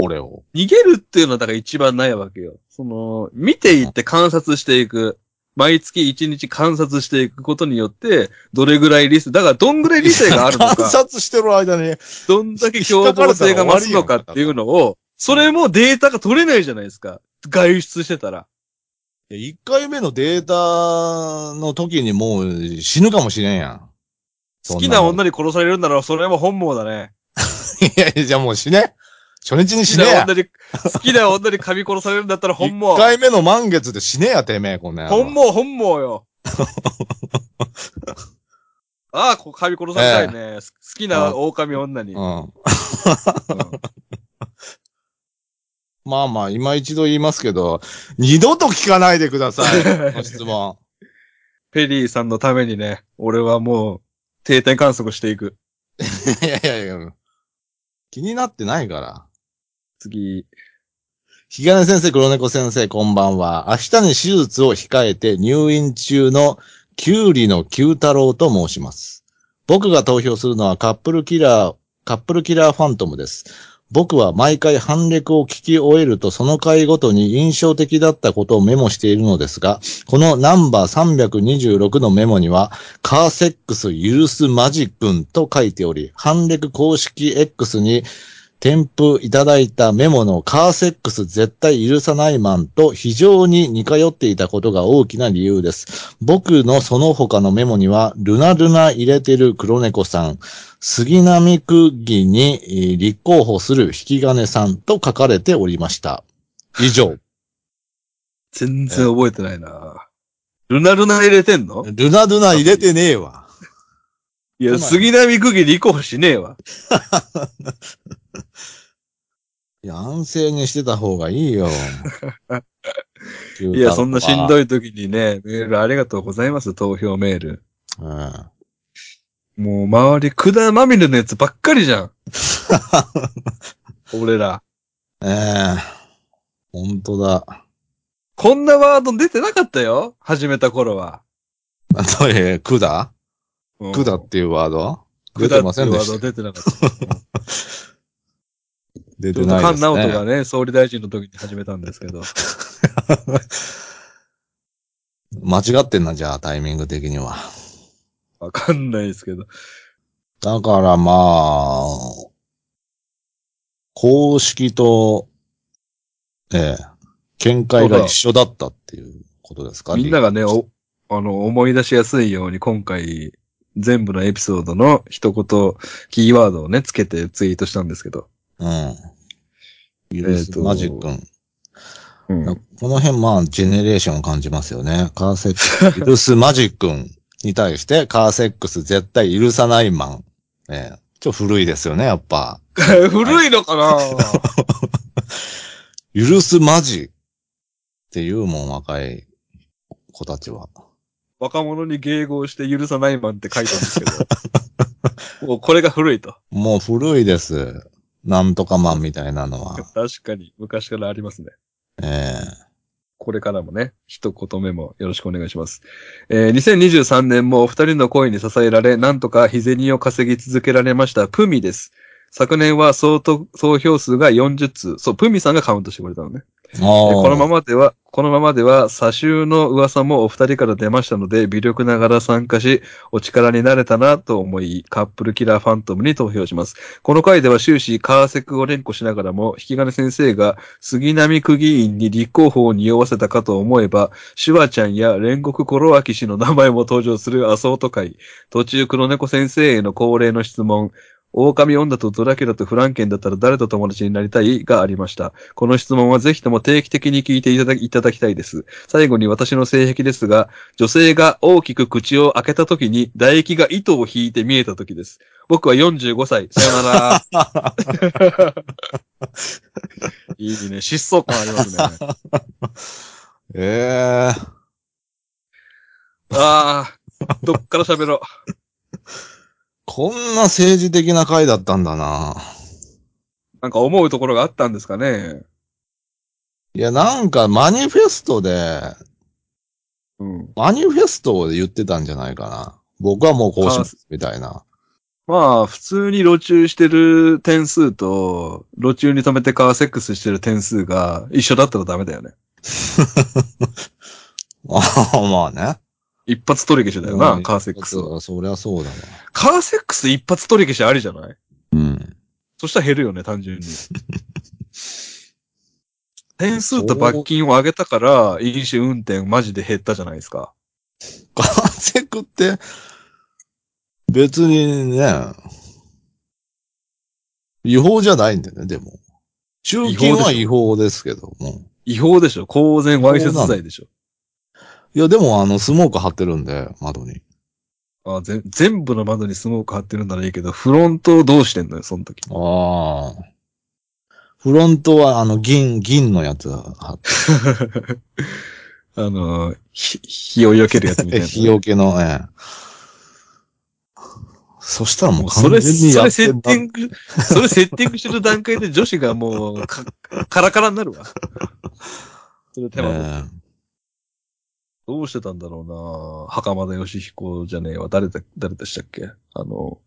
Speaker 2: 俺を。
Speaker 1: 逃げるっていうのはだから一番ないわけよ。その、見ていって観察していく。毎月一日観察していくことによって、どれぐらい理性、だからどんぐらい理性があるのか。
Speaker 2: 観察してる間に、
Speaker 1: どんだけ共同性が増すのかっていうのを、それもデータが取れないじゃないですか。外出してたら。
Speaker 2: いや一回目のデータの時にもう死ぬかもしれんやん。
Speaker 1: 好きな
Speaker 2: そんもん
Speaker 1: 女に殺されるならそれも本望だね。
Speaker 2: いやいや、じゃあもう死ね。初日に
Speaker 1: 好
Speaker 2: 死
Speaker 1: き
Speaker 2: ね
Speaker 1: な
Speaker 2: や。
Speaker 1: 女に、好きな女に噛み殺されるんだったら本
Speaker 2: 一
Speaker 1: 望。
Speaker 2: 回目の満月で死ねや、てめえ、こんな野郎
Speaker 1: 本望、本望 よ。ああ、こう噛み殺されたいね。好きな狼女に。うん
Speaker 2: うん。 まあまあ、今一度言いますけど、二度と聞かないでください。この質問。
Speaker 1: ペリーさんのためにね、俺はもう定点観測していく。
Speaker 2: いやいやいや、気になってないから。
Speaker 1: 次、
Speaker 2: ひがね先生、黒猫先生、こんばんは。明日に手術を控えて入院中のキュウリの九太郎と申します。僕が投票するのはカップルキラー、カップルキラーファントムです。僕は毎回反略を聞き終えるとその回ごとに印象的だったことをメモしているのですが、このナンバー326のメモには、カーセックス許すマジ君と書いており、反略公式 X に添付いただいたメモのカーセックス絶対許さないマンと非常に似通っていたことが大きな理由です。僕のその他のメモには、ルナルナ入れてる黒猫さん、杉並区議にえー立候補する引き金さんと書かれておりました。以上。
Speaker 1: 全然覚えてないな。ルナルナ入れてんの
Speaker 2: ルナルナ入れてねえわ。
Speaker 1: いや、
Speaker 2: そうなんや
Speaker 1: 杉並区議立候補しねえわ。
Speaker 2: いや、安静にしてた方がいい よ。
Speaker 1: いや、そんなしん
Speaker 2: い。
Speaker 1: どい時にね、メールありがとうございます、投票メール。
Speaker 2: うん。
Speaker 1: もう周り、くだまみれのやつばっかりじゃ ん。俺ら。
Speaker 2: ええほんとだ。
Speaker 1: こんなワード出てなかったよ始めた頃は。
Speaker 2: なんだえ、くだ
Speaker 1: うん
Speaker 2: くだっていうワード
Speaker 1: く
Speaker 2: 出
Speaker 1: だ
Speaker 2: て
Speaker 1: っ
Speaker 2: ま
Speaker 1: てい
Speaker 2: せん
Speaker 1: う
Speaker 2: で
Speaker 1: ワード
Speaker 2: した。
Speaker 1: 出てなかった。
Speaker 2: 出
Speaker 1: ち
Speaker 2: て
Speaker 1: ょうど
Speaker 2: ない
Speaker 1: 菅
Speaker 2: です
Speaker 1: 直人が
Speaker 2: ね。
Speaker 1: ね、総理大臣の時に始めたんですけ ど。
Speaker 2: 間違ってんな、じゃあ、タイミング的には。
Speaker 1: わかんないですけど。
Speaker 2: だからまあ、公式と、ええ、見解が一緒だったっていうことですか
Speaker 1: みんながね、お、あの、思い出しやすいように今回、全部のエピソードの一言、キーワードをね、つけてツイートしたんですけど。
Speaker 2: うん。
Speaker 1: えーと
Speaker 2: マジックン。
Speaker 1: うん
Speaker 2: この辺、まあ、ジェネレーションを感じますよね。カーセックス、許すマジックンに対して、カーセックス絶対許さないマン。ええちょっと古いですよね、やっぱ。
Speaker 1: 古いのかな
Speaker 2: 許すマジっていうもん、若い子たちは。
Speaker 1: 若者に迎合して許さないマンって書いたんですけ ど。もうこれが古いと。
Speaker 2: もう古いです。なんとかマンみたいなのは。
Speaker 1: 確かに昔からありますね。
Speaker 2: ええ
Speaker 1: これからもね、一言目もよろしくお願いします。えー2023年もお二人の声に支えられ、なんとか日銭を稼ぎ続けられました、プミです。昨年は総と総票数が40通。そう、プミさんがカウントしてくれたのね。でこのま
Speaker 2: ま。
Speaker 1: までは、このままでは、左州の噂もお二人から出ましたので、微力ながら参加し、お力になれたなと思い、カップルキラーファントムに投票します。この回では終始、カーセクを連呼しながらも、引き金先生が杉並区議員に立候補を匂わせたかと思えば、シュワちゃんや煉獄コロアキ氏の名前も登場するアソート会、途中黒猫先生への恒例の質問、狼女とドラキュラとフランケンだったら誰と友達になりたいがありました。この質問はぜひとも定期的に聞いていただいただきたいです。最後に私の性癖ですが、女性が大きく口を開けた時に唾液が糸を引いて見えた時です。僕は45歳。さよなら。 いいね。疾走感ありますね。
Speaker 2: え え
Speaker 1: ああ、どっから喋ろう。
Speaker 2: こんな政治的な回だったんだな。
Speaker 1: なんか思うところがあったんですかね。
Speaker 2: いや、なんかマニフェストで、
Speaker 1: うん。
Speaker 2: マニフェストで言ってたんじゃないかな。僕はもうこうします、みたいな。
Speaker 1: まあ、普通に路中してる点数と、路中に止めてカーセックスしてる点数が一緒だったらダメだよね。
Speaker 2: ああ、 まあね。
Speaker 1: 一発取り消しだよな、カーセックスは。
Speaker 2: そそりゃそうだな。
Speaker 1: カーセックス一発取り消しありじゃない
Speaker 2: うん。
Speaker 1: そしたら減るよね、単 純に。点数と罰金を上げたから、飲酒運転マジで減ったじゃないですか。
Speaker 2: カーセクって、別にね、違法じゃないんだよね、でも。中金は違法ですけども。
Speaker 1: 違法でしょ公然わいせつ罪でしょ
Speaker 2: いや、でもあの、スモーク貼ってるんで、窓に。
Speaker 1: あぜ全部の窓にスモーク貼ってるんならいいけど、フロントをどうしてんのよ、その 時。
Speaker 2: ああ。フロントはあの、銀、銀のやつ貼っ
Speaker 1: あの、ひ火を避けるやつみたい
Speaker 2: て、
Speaker 1: な。
Speaker 2: 日よけの、ええ。そしたらも
Speaker 1: も
Speaker 2: う
Speaker 1: うそれ、
Speaker 2: 完全に
Speaker 1: そ
Speaker 2: や
Speaker 1: れ
Speaker 2: って
Speaker 1: セ
Speaker 2: ん
Speaker 1: ッ
Speaker 2: な
Speaker 1: ティング、それセッティングしてる段階で女子がもう、か、 カラカラになるわ。それ手間取って
Speaker 2: ええ
Speaker 1: どうしてたんだろうな袴田義彦じゃねえわ。誰だ、誰でしたっけあの、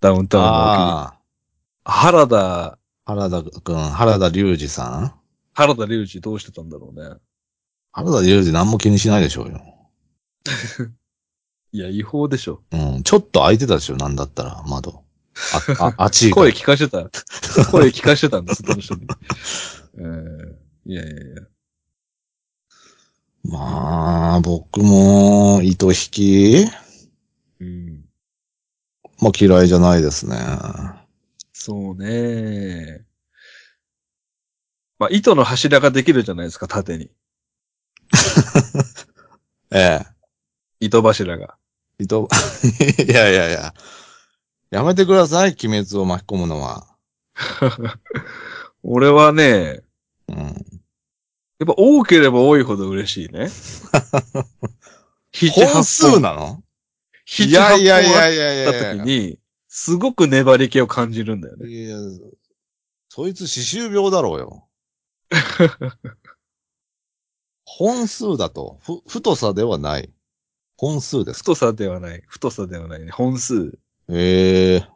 Speaker 1: ダウンタウンのお気に
Speaker 2: ああ。
Speaker 1: 原田、
Speaker 2: 原田くん、原田隆二さん
Speaker 1: 原田隆二どうしてたんだろうね。
Speaker 2: 原田隆二何も気にしないでしょうよ。
Speaker 1: いや、違法でしょ。
Speaker 2: うん。ちょっと開いてたでしょ、なんだったら、窓。 あ、あ、あっち。
Speaker 1: 声聞かしてた。声聞かしてたんです、その人に。 えーいやいやいや。
Speaker 2: まあ、僕も、糸引き
Speaker 1: うん。
Speaker 2: まあ嫌いじゃないですね。
Speaker 1: そうねまあ、糸の柱ができるじゃないですか、縦に。
Speaker 2: ええ。
Speaker 1: 糸柱が。
Speaker 2: 糸、 いやいやいや。やめてください、鬼滅を巻き込むのは。
Speaker 1: 俺はね、
Speaker 2: うん。
Speaker 1: やっぱ多ければ多いほど嬉しい ね。七
Speaker 2: 本
Speaker 1: 八
Speaker 2: 数
Speaker 1: 本。
Speaker 2: なの
Speaker 1: 七
Speaker 2: い
Speaker 1: 八
Speaker 2: や
Speaker 1: 本
Speaker 2: いやい
Speaker 1: あ
Speaker 2: や
Speaker 1: っ
Speaker 2: いやい
Speaker 1: た
Speaker 2: や
Speaker 1: 時
Speaker 2: いや。
Speaker 1: に、すごく粘り気を感じるんだよね。
Speaker 2: いや、そいつ歯周病だろ うよ。本数だと、ふ、太さではない。本数です
Speaker 1: 太
Speaker 2: か
Speaker 1: さではない。太さではないね。本数。
Speaker 2: ええ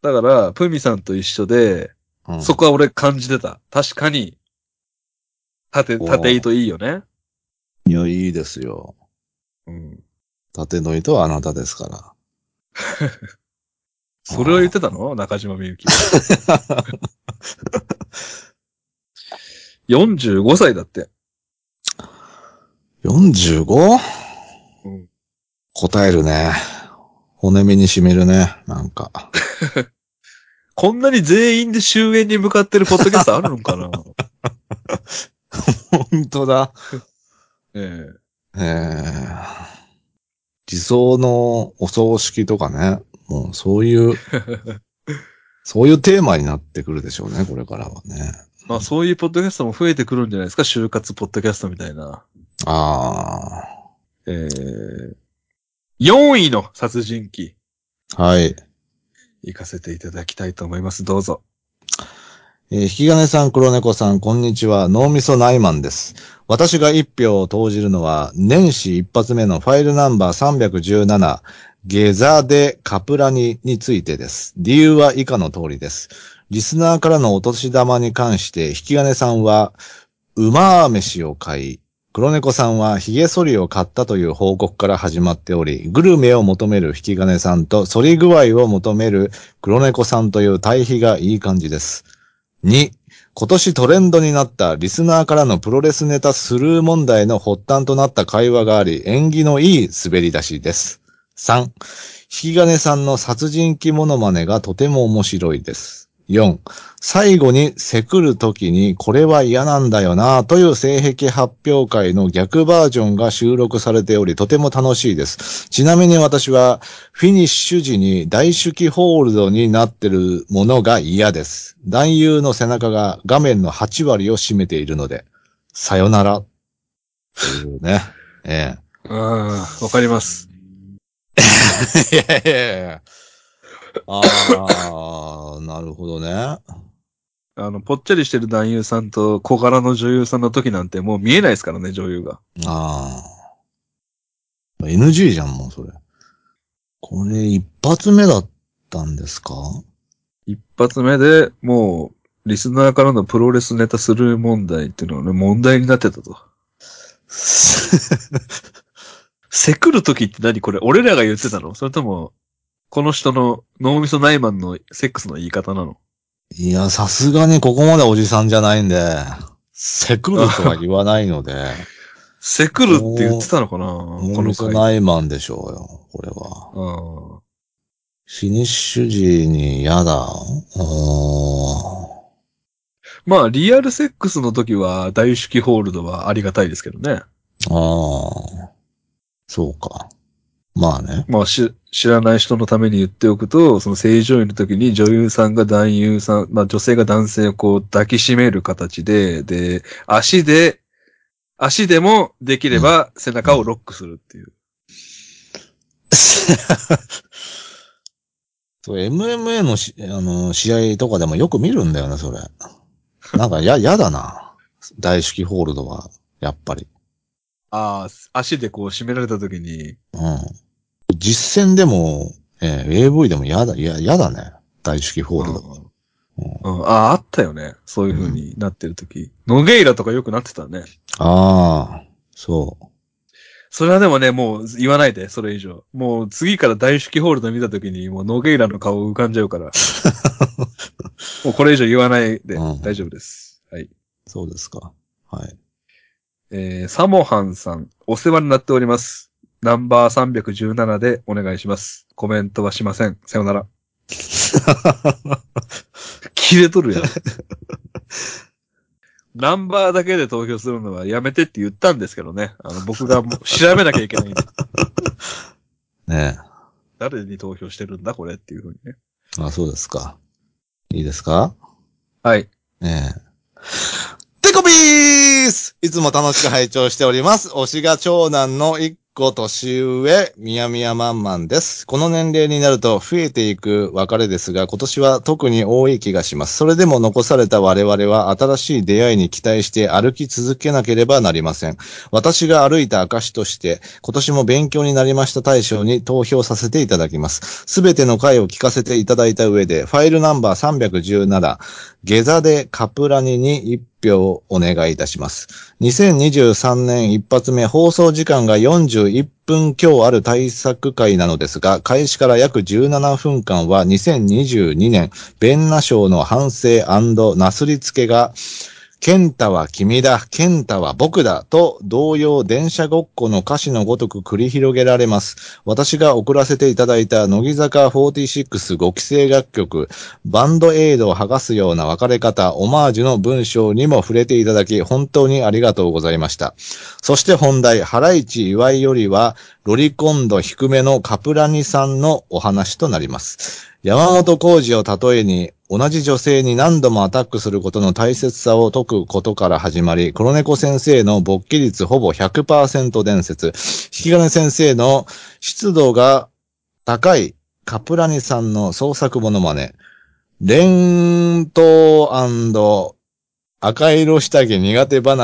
Speaker 1: だから、プミさんと一緒で、
Speaker 2: うん
Speaker 1: そこは俺感じてた。確かに、縦、縦糸いいよね。
Speaker 2: いや、いいですよ。
Speaker 1: うん。
Speaker 2: 縦の糸はあなたですから。
Speaker 1: それを言ってたの中島みゆき。45歳だって。
Speaker 2: 45?
Speaker 1: うん
Speaker 2: 答えるね。骨身に染めるね。なんか。
Speaker 1: こんなに全員で終焉に向かってるポッドキャストあるのか な
Speaker 2: 本当だ。
Speaker 1: ええ
Speaker 2: ええ理想のお葬式とかね。もうそういう、そういうテーマになってくるでしょうね、これからはね。
Speaker 1: まあそういうポッドキャストも増えてくるんじゃないですか就活ポッドキャストみたいな。
Speaker 2: あ
Speaker 1: ええ4位の殺人鬼、
Speaker 2: あ。はい。
Speaker 1: 行かせていただきたいと思います。どうぞ。
Speaker 2: えー引き金さん、黒猫さん、こんにちは。脳みそナイマンです。私が一票を投じるのは、年始一発目のファイルナンバー317、ゲザデカプラニについてです。理由は以下の通りです。リスナーからのお年玉に関して、引き金さんは、馬飯を買い、黒猫さんは髭剃りを買ったという報告から始まっており、グルメを求める引き金さんと、剃り具合を求める黒猫さんという対比がいい感じです。2、今年トレンドになったリスナーからのプロレスネタスルー問題の発端となった会話があり、縁起のいい滑り出しです。3、引き金さんの殺人鬼モノマネがとても面白いです。4、最後にせくるときにこれは嫌なんだよなという性癖発表会の逆バージョンが収録されておりとても楽しいです。ちなみに私はフィニッシュ時に大手記ホールドになってるものが嫌です。男優の背中が画面の8割を占めているので、さよなら。というね。え
Speaker 1: ああ、わかります。
Speaker 2: え。 いやいやいやああ、なるほどね。
Speaker 1: あの、ぽっちゃりしてる男優さんと小柄の女優さんの時なんてもう見えないですからね、女優が。
Speaker 2: ああ。NG じゃん、もうそれ。これ一発目だったんですか
Speaker 1: 一発目でもう、リスナーからのプロレスネタする問題っていうのはね、問題になってたと。せくる時って何これ俺らが言ってたのそれとも、この人の脳みそナイマンのセックスの言い方なの
Speaker 2: いや、さすがにここまでおじさんじゃないんで、セクルとは言わないので、
Speaker 1: せくるって言ってたのかな こ
Speaker 2: ノ
Speaker 1: の
Speaker 2: ミソ
Speaker 1: 回。
Speaker 2: ナイマンでしょうよ、これは。
Speaker 1: ああ
Speaker 2: フィニッシュ時に嫌だ。う
Speaker 1: まあ、リアルセックスの時は、大式ホールドはありがたいですけどね。
Speaker 2: ーんああ。そうか。まあね。
Speaker 1: まあ、し、知らない人のために言っておくと、その正常位の時に女優さんが男優さん、まあ女性が男性をこう抱きしめる形で、で、足で、足でもできれば背中をロックするっていう。
Speaker 2: そう、MMA のしあの試合とかでもよく見るんだよね、それ。なんか、や、やだな。大式ホールドは、やっぱり。
Speaker 1: ああ、足でこう締められた時に、
Speaker 2: うん。実戦でも、えー AV でもやだ、いや、やだね。大式ホールドは。
Speaker 1: うん、ああ、あったよね。そういう風になってる時。ノゲイラとかよくなってたね。
Speaker 2: ああ、そう。
Speaker 1: それはでもね、もう言わないで、それ以上。もう次から大式ホールド見た時に、もうノゲイラの顔浮かんじゃうから。もうこれ以上言わないで
Speaker 2: うん、
Speaker 1: 大丈夫です。はい。
Speaker 2: そうですか。はい。
Speaker 1: えー、サモハンさん、お世話になっております。ナンバー317でお願いします。コメントはしません。さよなら。切れとるやん。ナンバーだけで投票するのはやめてって言ったんですけどね。あの、僕がもう調べなきゃいけないんで。
Speaker 2: ね
Speaker 1: 誰に投票してるんだこれっていうふうにね。
Speaker 2: え。あ、そうですか。いいですか
Speaker 1: はい。
Speaker 2: ねえ。てこぴーすいつも楽しく拝聴しております。推しが長男の一個年上、みやみやまんまんです。この年齢になると増えていく別れですが、今年は特に多い気がします。それでも残された我々は新しい出会いに期待して歩き続けなければなりません。私が歩いた証として、今年も勉強になりました大賞に投票させていただきます。すべての回を聞かせていただいた上で、ファイルナンバー317、下座でカプラニに一票お願いいたします。2023年一発目放送時間が41分強ある対策会なのですが、開始から約17分間は2022年、弁那賞の反省なすりつけが、ケンタは君だ、ケンタは僕だ、と同様電車ごっこの歌詞のごとく繰り広げられます。私が送らせていただいた乃木坂465期生楽曲、バンドエイドを剥がすような別れ方、オマージュの文章にも触れていただき、本当にありがとうございました。そして本題、ハライチ岩井よりは、ロリコン度低めのカプラニさんのお話となります。山本浩二を例えに、同じ女性に何度もアタックすることの大切さを解くことから始まり、黒猫先生の勃起率ほぼ100%伝説、引き金先生の湿度が高いカプラニさんの創作モノマネ、連投赤色下着苦手話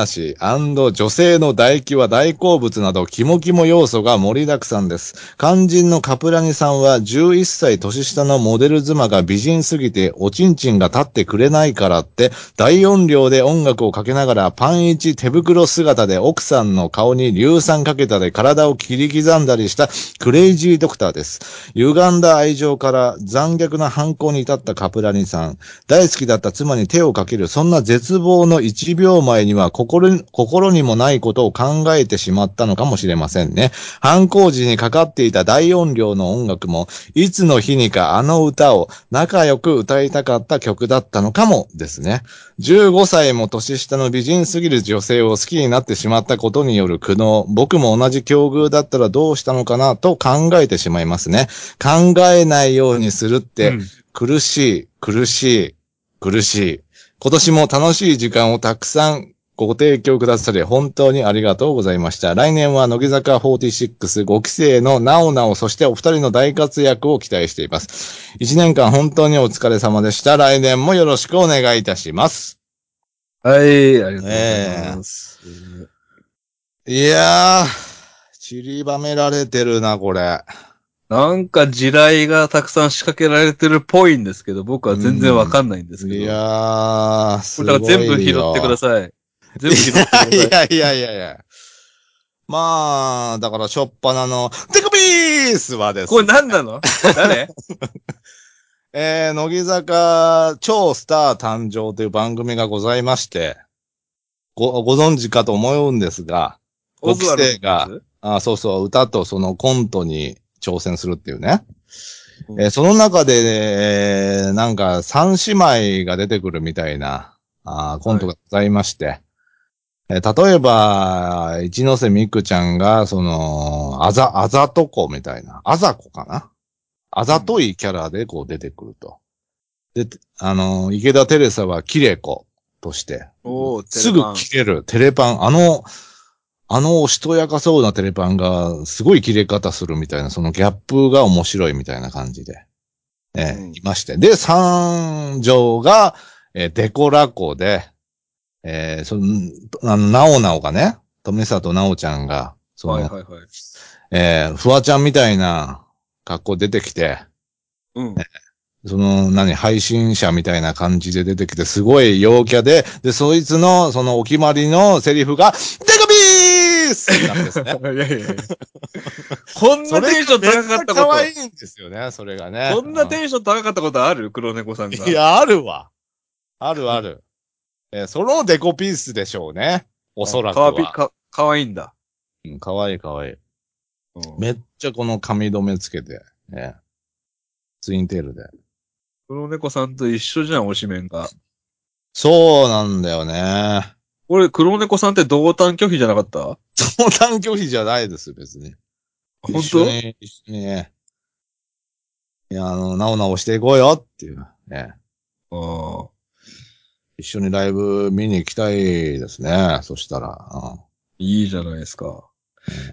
Speaker 2: 女性の唾液は大好物など、キモキモ要素が盛りだくさんです。肝心のカプラニさんは11歳年下のモデル妻が美人すぎて、おちんちんが立ってくれないからって、大音量で音楽をかけながらパンイチ手袋姿で奥さんの顔に硫酸かけたり体を切り刻んだりしたクレイジードクターです。歪んだ愛情から残虐な犯行に至ったカプラニさん。大好きだった妻に手をかける、そんな絶望の1秒前には心に、心にもないことを考えてしまったのかもしれませんね。犯行時にかかっていた大音量の音楽も、いつの日にかあの歌を仲良く歌いたかった曲だったのかもですね。15歳も年下の美人すぎる女性を好きになってしまったことによる苦悩、僕も同じ境遇だったらどうしたのかなと考えてしまいますね。考えないようにするって、
Speaker 1: うん
Speaker 2: 苦しい、苦しい、苦しい。今年も楽しい時間をたくさんご提供くださり、本当にありがとうございました。来年は乃木坂46、5期生のなおなお、そしてお二人の大活躍を期待しています。1年間本当にお疲れ様でした。来年もよろしくお願いいたします。
Speaker 1: はい、ありがとうございます。
Speaker 2: いやー、散りばめられてるな、これ。
Speaker 1: なんか地雷がたくさん仕掛けられてるっぽいんですけど、僕は全然わかんないんですけど。
Speaker 2: いやー、す
Speaker 1: これ
Speaker 2: ごい
Speaker 1: だ
Speaker 2: よ。
Speaker 1: から全部拾ってください。全部拾ってください。
Speaker 2: いやいやいやいや。まあ、だから、しょっぱなの、テコピースはです
Speaker 1: これ何なの誰
Speaker 2: えー、乃木坂超スター誕生という番組がございまして、ご、ご存知かと思うんですが、
Speaker 1: オズワルド
Speaker 2: ご規制があそうそう、歌とそのコントに挑戦するっていうね。
Speaker 1: うん
Speaker 2: えーその中で、えーなんか、三姉妹が出てくるみたいな、あーコントがございまして。えー例えば、一ノ瀬美空ちゃんが、その、あざ、あざとこみたいな、あざこかなあざといキャラでこう出てくると。で、あの、池田テレサはキレコとして、
Speaker 1: おー
Speaker 2: すぐ切れる、テレパン。あの、あのおしとやかそうなテレパンが、すごい切れ方するみたいな、そのギャップが面白いみたいな感じで、ええ
Speaker 1: うん
Speaker 2: いまして。で、三条が、えーデコラコで、えーその、あの、なおなおがね、富里なおちゃんが、その、
Speaker 1: はいはいはい。
Speaker 2: えー、ふわちゃんみたいな格好出てきて、
Speaker 1: うん。
Speaker 2: その、何、配信者みたいな感じで出てきて、すごい陽キャで、で、そいつの、そのお決まりのセリフが、デカビースなんです ね。
Speaker 1: いやいやいや。こんなテンション高かったこ
Speaker 2: 可
Speaker 1: と
Speaker 2: 愛いんですよね、それがね。
Speaker 1: こんなテンション高かったことある黒猫さんが。
Speaker 2: い、や、あるわ。あるある。えーそのデコピースでしょうね。おそらく
Speaker 1: かわい
Speaker 2: は。
Speaker 1: かかわいいんだ。
Speaker 2: うんかわいいかわいい。
Speaker 1: うん
Speaker 2: めっちゃこの髪留めつけて、ね。ツインテールで。
Speaker 1: 黒猫さんと一緒じゃん、推しメンが。
Speaker 2: そうなんだよね。
Speaker 1: 俺、黒猫さんって同担拒否じゃなかった
Speaker 2: 登壇拒否じゃないです、別に。
Speaker 1: 本
Speaker 2: 一緒
Speaker 1: 当
Speaker 2: に、一緒にね。いや、あの、なおなおしていこうよっていう。ね。
Speaker 1: ああ。
Speaker 2: 一緒にライブ見に行きたいですね。そしたら。
Speaker 1: いいじゃないですか。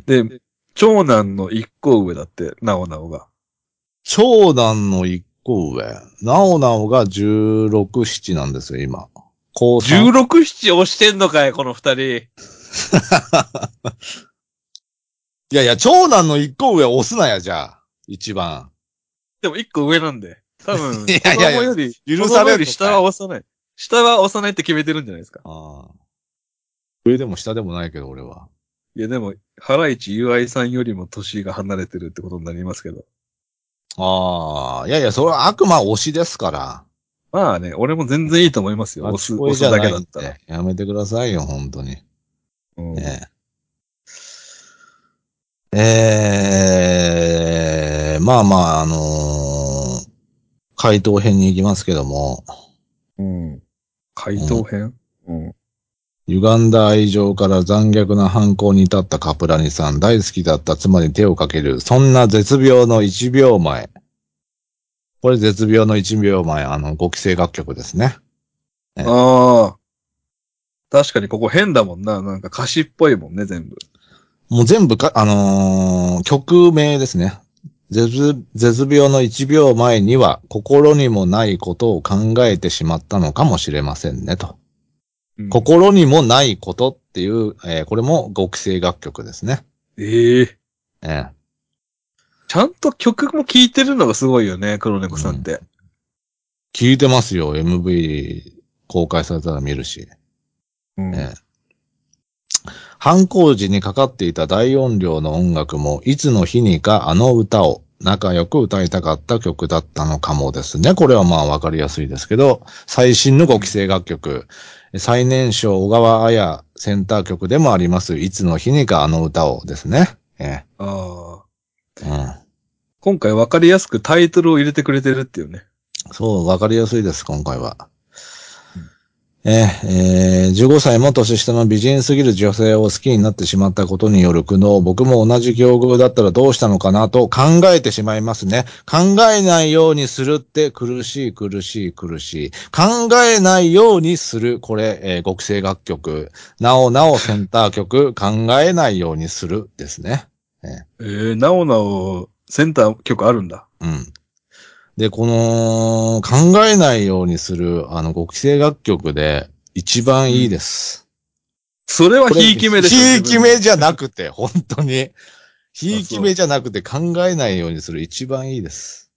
Speaker 1: で、長男の一個上だって、なおなおが。
Speaker 2: 長男の一個上。なおなおが16、7なんですよ、今。高3。
Speaker 1: 16、7押してんのかい、この二人。
Speaker 2: いやいや、長男の一個上押すなや、じゃあ。一番。
Speaker 1: でも一個上なんで。多 分、
Speaker 2: いやいやいや
Speaker 1: 子供より、
Speaker 2: 許されるのか
Speaker 1: 許
Speaker 2: い
Speaker 1: されるより下は押さない。下は押さないって決めてるんじゃないですか。
Speaker 2: うん上でも下でもないけど、俺は。
Speaker 1: いや、でも、原市ゆあいさんよりも年が離れてるってことになりますけど。
Speaker 2: ああ、いやいや、それはあくま推しですから。
Speaker 1: まあね、俺も全然いいと思いますよ。押す、押
Speaker 2: れ
Speaker 1: すだけだったら。
Speaker 2: やめてくださいよ、本当に。
Speaker 1: うん
Speaker 2: ねええー、まあまあ、あのー回答編に行きますけども、
Speaker 1: うん。回答編うん。
Speaker 2: 歪んだ愛情から残虐な犯行に至ったカプラニさん、大好きだった妻に手をかける、そんな絶病の1秒前。これ絶病の1秒前、あの、ご規制楽曲ですね。ね
Speaker 1: ああ。確かにここ変だもんな。なんか歌詞っぽいもんね、全部。
Speaker 2: もう全部か、あのー曲名ですね。絶、絶病の1秒前には心にもないことを考えてしまったのかもしれませんね、と。
Speaker 1: うん
Speaker 2: 心にもないことっていう、えーこれも5期生楽曲ですね。
Speaker 1: ええ
Speaker 2: ええ
Speaker 1: ちゃんと曲も聴いてるのがすごいよね、黒猫さんって。
Speaker 2: 聞いてますよ、MV 公開されたら見るし。
Speaker 1: うん
Speaker 2: ええ犯行時にかかっていた大音量の音楽も、いつの日にかあの歌を仲良く歌いたかった曲だったのかもですね。これはまあわかりやすいですけど、最新の5期生楽曲、最年少小川彩センター曲でもあります、いつの日にかあの歌をですね。え
Speaker 1: ああ。
Speaker 2: えう
Speaker 1: 今回わかりやすくタイトルを入れてくれてるっていうね。
Speaker 2: ん、そう、わかりやすいです、今回は。えええー15歳も年下の美人すぎる女性を好きになってしまったことによる苦悩、僕も同じ境遇だったらどうしたのかなと考えてしまいますね。考えないようにするって苦しい苦しい苦しい。考えないようにする。これ、えー、極性楽曲。なおなおセンター曲、考えないようにするですね。
Speaker 1: ええなおなお、センター曲あるんだ。
Speaker 2: うん。で、この、考えないようにする、あの、5期生楽曲で、一番いいです。
Speaker 1: それは
Speaker 2: これ
Speaker 1: ひいき目です
Speaker 2: ひいき目じゃなくて、本当に。ひいき目じゃなくて、考えないようにする、一番いいです。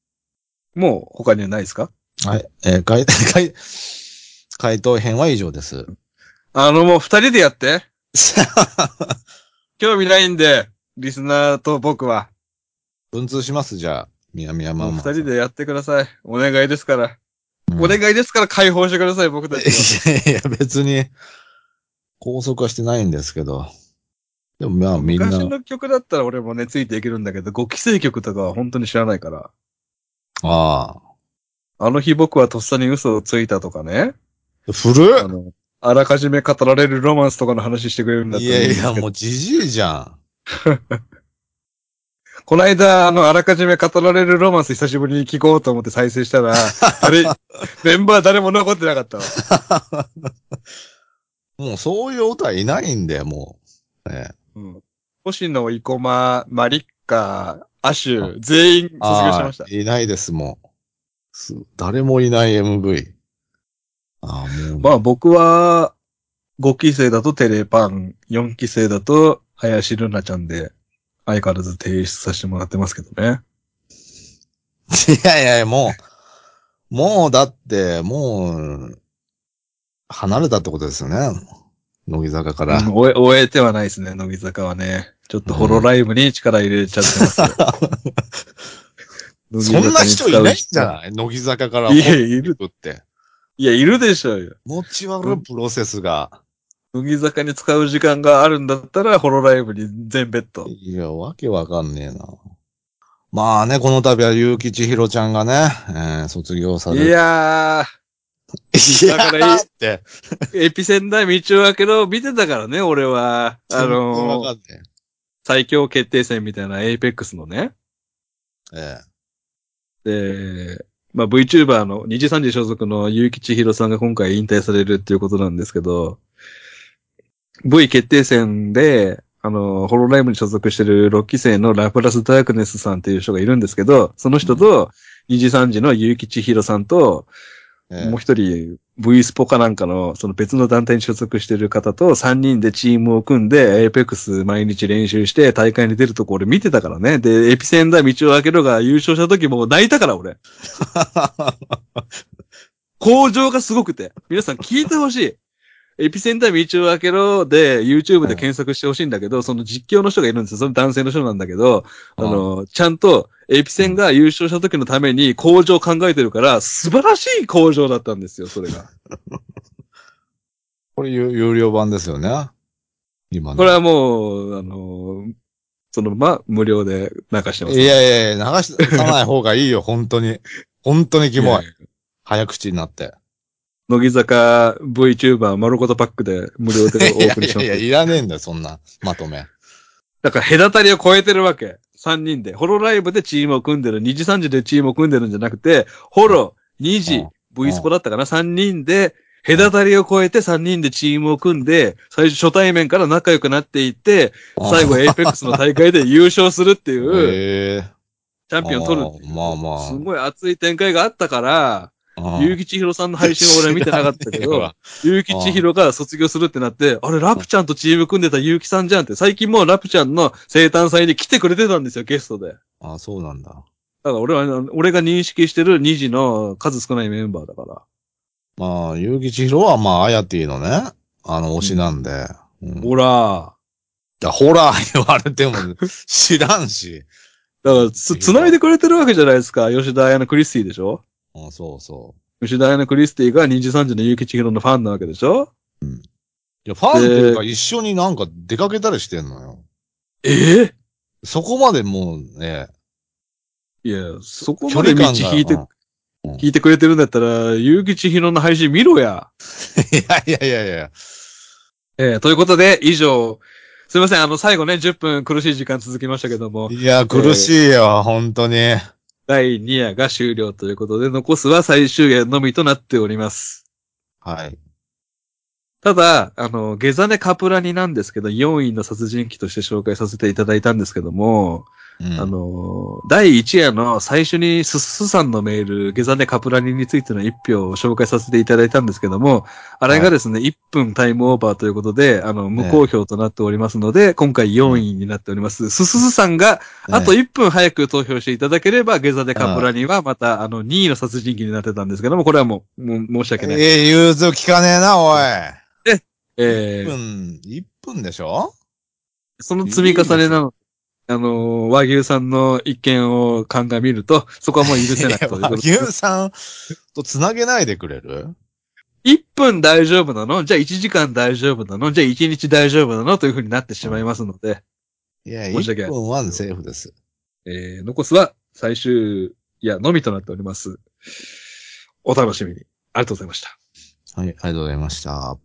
Speaker 1: もう他にはないですか
Speaker 2: はい。えー、回、 回、回答編は以上です。
Speaker 1: あのもう二人でや って。興味ないんで、リスナーと僕は。
Speaker 2: 文通します、じゃあ。南山
Speaker 1: もう
Speaker 2: も。
Speaker 1: 二人でやってください。お願いですから。
Speaker 2: うん。
Speaker 1: お願いですから解放してください、僕たちを。
Speaker 2: いやいや、別に、拘束はしてないんですけど。でもまあ、 みんな。
Speaker 1: 昔の曲だったら俺もね、ついていけるんだけど、5期生曲とかは本当に知らないから。
Speaker 2: あ
Speaker 1: あの日僕はとっさに嘘をついたとかね。
Speaker 2: あ。古っ
Speaker 1: あの、あらかじめ語られるロマンスとかの話してくれるんだった
Speaker 2: い
Speaker 1: ら
Speaker 2: や
Speaker 1: んで
Speaker 2: い
Speaker 1: すけど
Speaker 2: や、もうじじいじゃん。
Speaker 1: この間、あの、あらかじめ語られるロマンス久しぶりに聞こうと思って再生した ら、あれ、メンバー誰も残ってなかったわ。
Speaker 2: もうそういう歌いないんだよ、もう。ね、
Speaker 1: うん。星野、生駒、マリッカ、アシュ、全員卒業しました
Speaker 2: あ。ーいないです、もう。す誰もいない MV。ああ、もう。
Speaker 1: まあ僕は、5期生だとテレパン、4期生だと林ルナちゃんで、相変わらず提出させてもらってますけどね。
Speaker 2: いやいやいや、もう、もうだって、もう、離れたってことですよね。乃木坂から。
Speaker 1: うん終え、終えてはないですね、乃木坂はね。ちょっとホロライブに力入れちゃってますよ。
Speaker 2: そんな人いないんじゃ
Speaker 1: い
Speaker 2: ない乃木坂から。
Speaker 1: いやいる
Speaker 2: って。
Speaker 1: いや、いるでしょうよ。
Speaker 2: 持ち悪るプロセスが。
Speaker 1: 乃木坂に使う時間があるんだったら、ホロライブに全ベッド。
Speaker 2: いや、わけわかんねえな。まあね、この度は結城千尋ちゃんがね、えー卒業され
Speaker 1: い
Speaker 2: る。
Speaker 1: や
Speaker 2: い
Speaker 1: だからいい
Speaker 2: って。
Speaker 1: ー、エピセンだ道を開けろ、見てたからね、俺は。あ
Speaker 2: 全然
Speaker 1: の
Speaker 2: わ
Speaker 1: ー
Speaker 2: かんね
Speaker 1: 最強決定戦みたいなエイペックスのね。
Speaker 2: え。え
Speaker 1: で、まあ、VTuber の二次三次所属の結城千尋さんが今回引退されるっていうことなんですけど、V 決定戦で、あの、ホロライブに所属してる6期生のラプラスダークネスさんっていう人がいるんですけど、その人と二次三次の結城千尋さんと、
Speaker 2: えええ
Speaker 1: もう一人 V スポかなんかのその別の団体に所属してる方と3人でチームを組んで APEX 毎日練習して大会に出るとこ俺見てたからね。で、エピセンダー道を開けろが優勝した時もう泣いたから俺。向上がすごくて。皆さん聞いてほしい。エピセンター道を開けろで YouTube で検索してほしいんだけど、その実況の人がいるんですよ。その男性の人なんだけど、あの、ちゃんとエピセンが優勝した時のために工場を考えてるから、素晴らしい工場だったんですよ、それが。
Speaker 2: これ有有料版ですよね。今の
Speaker 1: これはもう、あの、そのまま無料で流してます。
Speaker 2: いやいやいや、流し流さない方がいいよ、本当に。本当にキモい。早口になって。
Speaker 1: 乃木坂 VTuber 丸ごとパックで無料でお送りしま
Speaker 2: いやいや、
Speaker 1: す。
Speaker 2: いらねえんだよ、そんな、まとめ。
Speaker 1: だから隔たりを超えてるわけ。三人で。ホロライブでチームを組んでる。二次三次でチームを組んでるんじゃなくて、ホロ、二次、
Speaker 2: ん
Speaker 1: V スポだったかな。三人で、隔たりを超えて三人でチームを組んで、最初初対面から仲良 くなっていって、最後エイペックスの大会で優勝するっていう、
Speaker 2: ええ
Speaker 1: チャンピオン取るっていう。
Speaker 2: まあまあまあ
Speaker 1: すごい熱い展開があったから、
Speaker 2: あー
Speaker 1: 結城千尋さんの配信を俺は見てなかったけ
Speaker 2: 知らねえ
Speaker 1: ど
Speaker 2: わ、
Speaker 1: 結城千尋が卒業するってなって、あれ、ラプちゃんとチーム組んでた結城さんじゃんって、最近もうラプちゃんの生誕祭に来てくれてたんですよ、ゲストで。
Speaker 2: あー、そうなんだ。
Speaker 1: だから俺は、あの俺が認識してる2時の数少ないメンバーだから。
Speaker 2: まあ、結城千尋は、まあ、あやてぃのね、あの、推しなんで。うん
Speaker 1: ほら、
Speaker 2: だホラー言われても知らんし。
Speaker 1: だからつ、繋いでくれてるわけじゃないですか。吉田彩のクリスティでしょ
Speaker 2: あそうそう。
Speaker 1: 吉田彩のクリスティが2時3時の結城千尋のファンなわけでしょ
Speaker 2: いや、ファンっていうか一緒になんか出かけたりしてんのよ。
Speaker 1: ええ
Speaker 2: そこまでもうね、
Speaker 1: いや、そこまで道引いて、
Speaker 2: うん
Speaker 1: 引いてくれてるんだったら、結城千尋の配信見ろや。
Speaker 2: いやいやいやいや。
Speaker 1: えーということで、以上、すいません、あの、最後ね、10分苦しい時間続きましたけども、
Speaker 2: いや、苦しいよ、本当に。
Speaker 1: 第2夜が終了ということで、残すは最終夜のみとなっております。
Speaker 2: はい。
Speaker 1: ただ、あの、ゲザネカプラニなんですけど、4位の殺人鬼として紹介させていただいたんですけども、
Speaker 2: うん
Speaker 1: あの、第1夜の最初にすすさんのメール、ゲザネカプラニについての1票を紹介させていただいたんですけども、あれがですね、1分タイムオーバーということで、あの、無公表となっておりますので、今回4位になっております。すすさんが、あと
Speaker 2: ね
Speaker 1: 1分早く投票していただければ、ゲザネカプラニはまた、あの、2位の殺人鬼になってたんですけども、これはもう、もう申し訳ない。え
Speaker 2: ええ、融通聞かねえな、おい。
Speaker 1: ー
Speaker 2: 1分、1分でしょ
Speaker 1: その積み重ねなの。あのー和牛さんの一件を鑑みると、そこはもう許せないという ことで。
Speaker 2: 牛さんと繋げないでくれる
Speaker 1: 1分大丈夫なのじゃあ1時間大丈夫なのじゃあ1日大丈夫なのというふうになってしまいますので、
Speaker 2: いや、
Speaker 1: 申し訳な
Speaker 2: 1
Speaker 1: い
Speaker 2: 分はセーフです。
Speaker 1: えー、残すは最終、いや、のみとなっております。お楽しみに。ありがとうございました。
Speaker 2: はい、ありがとうございました。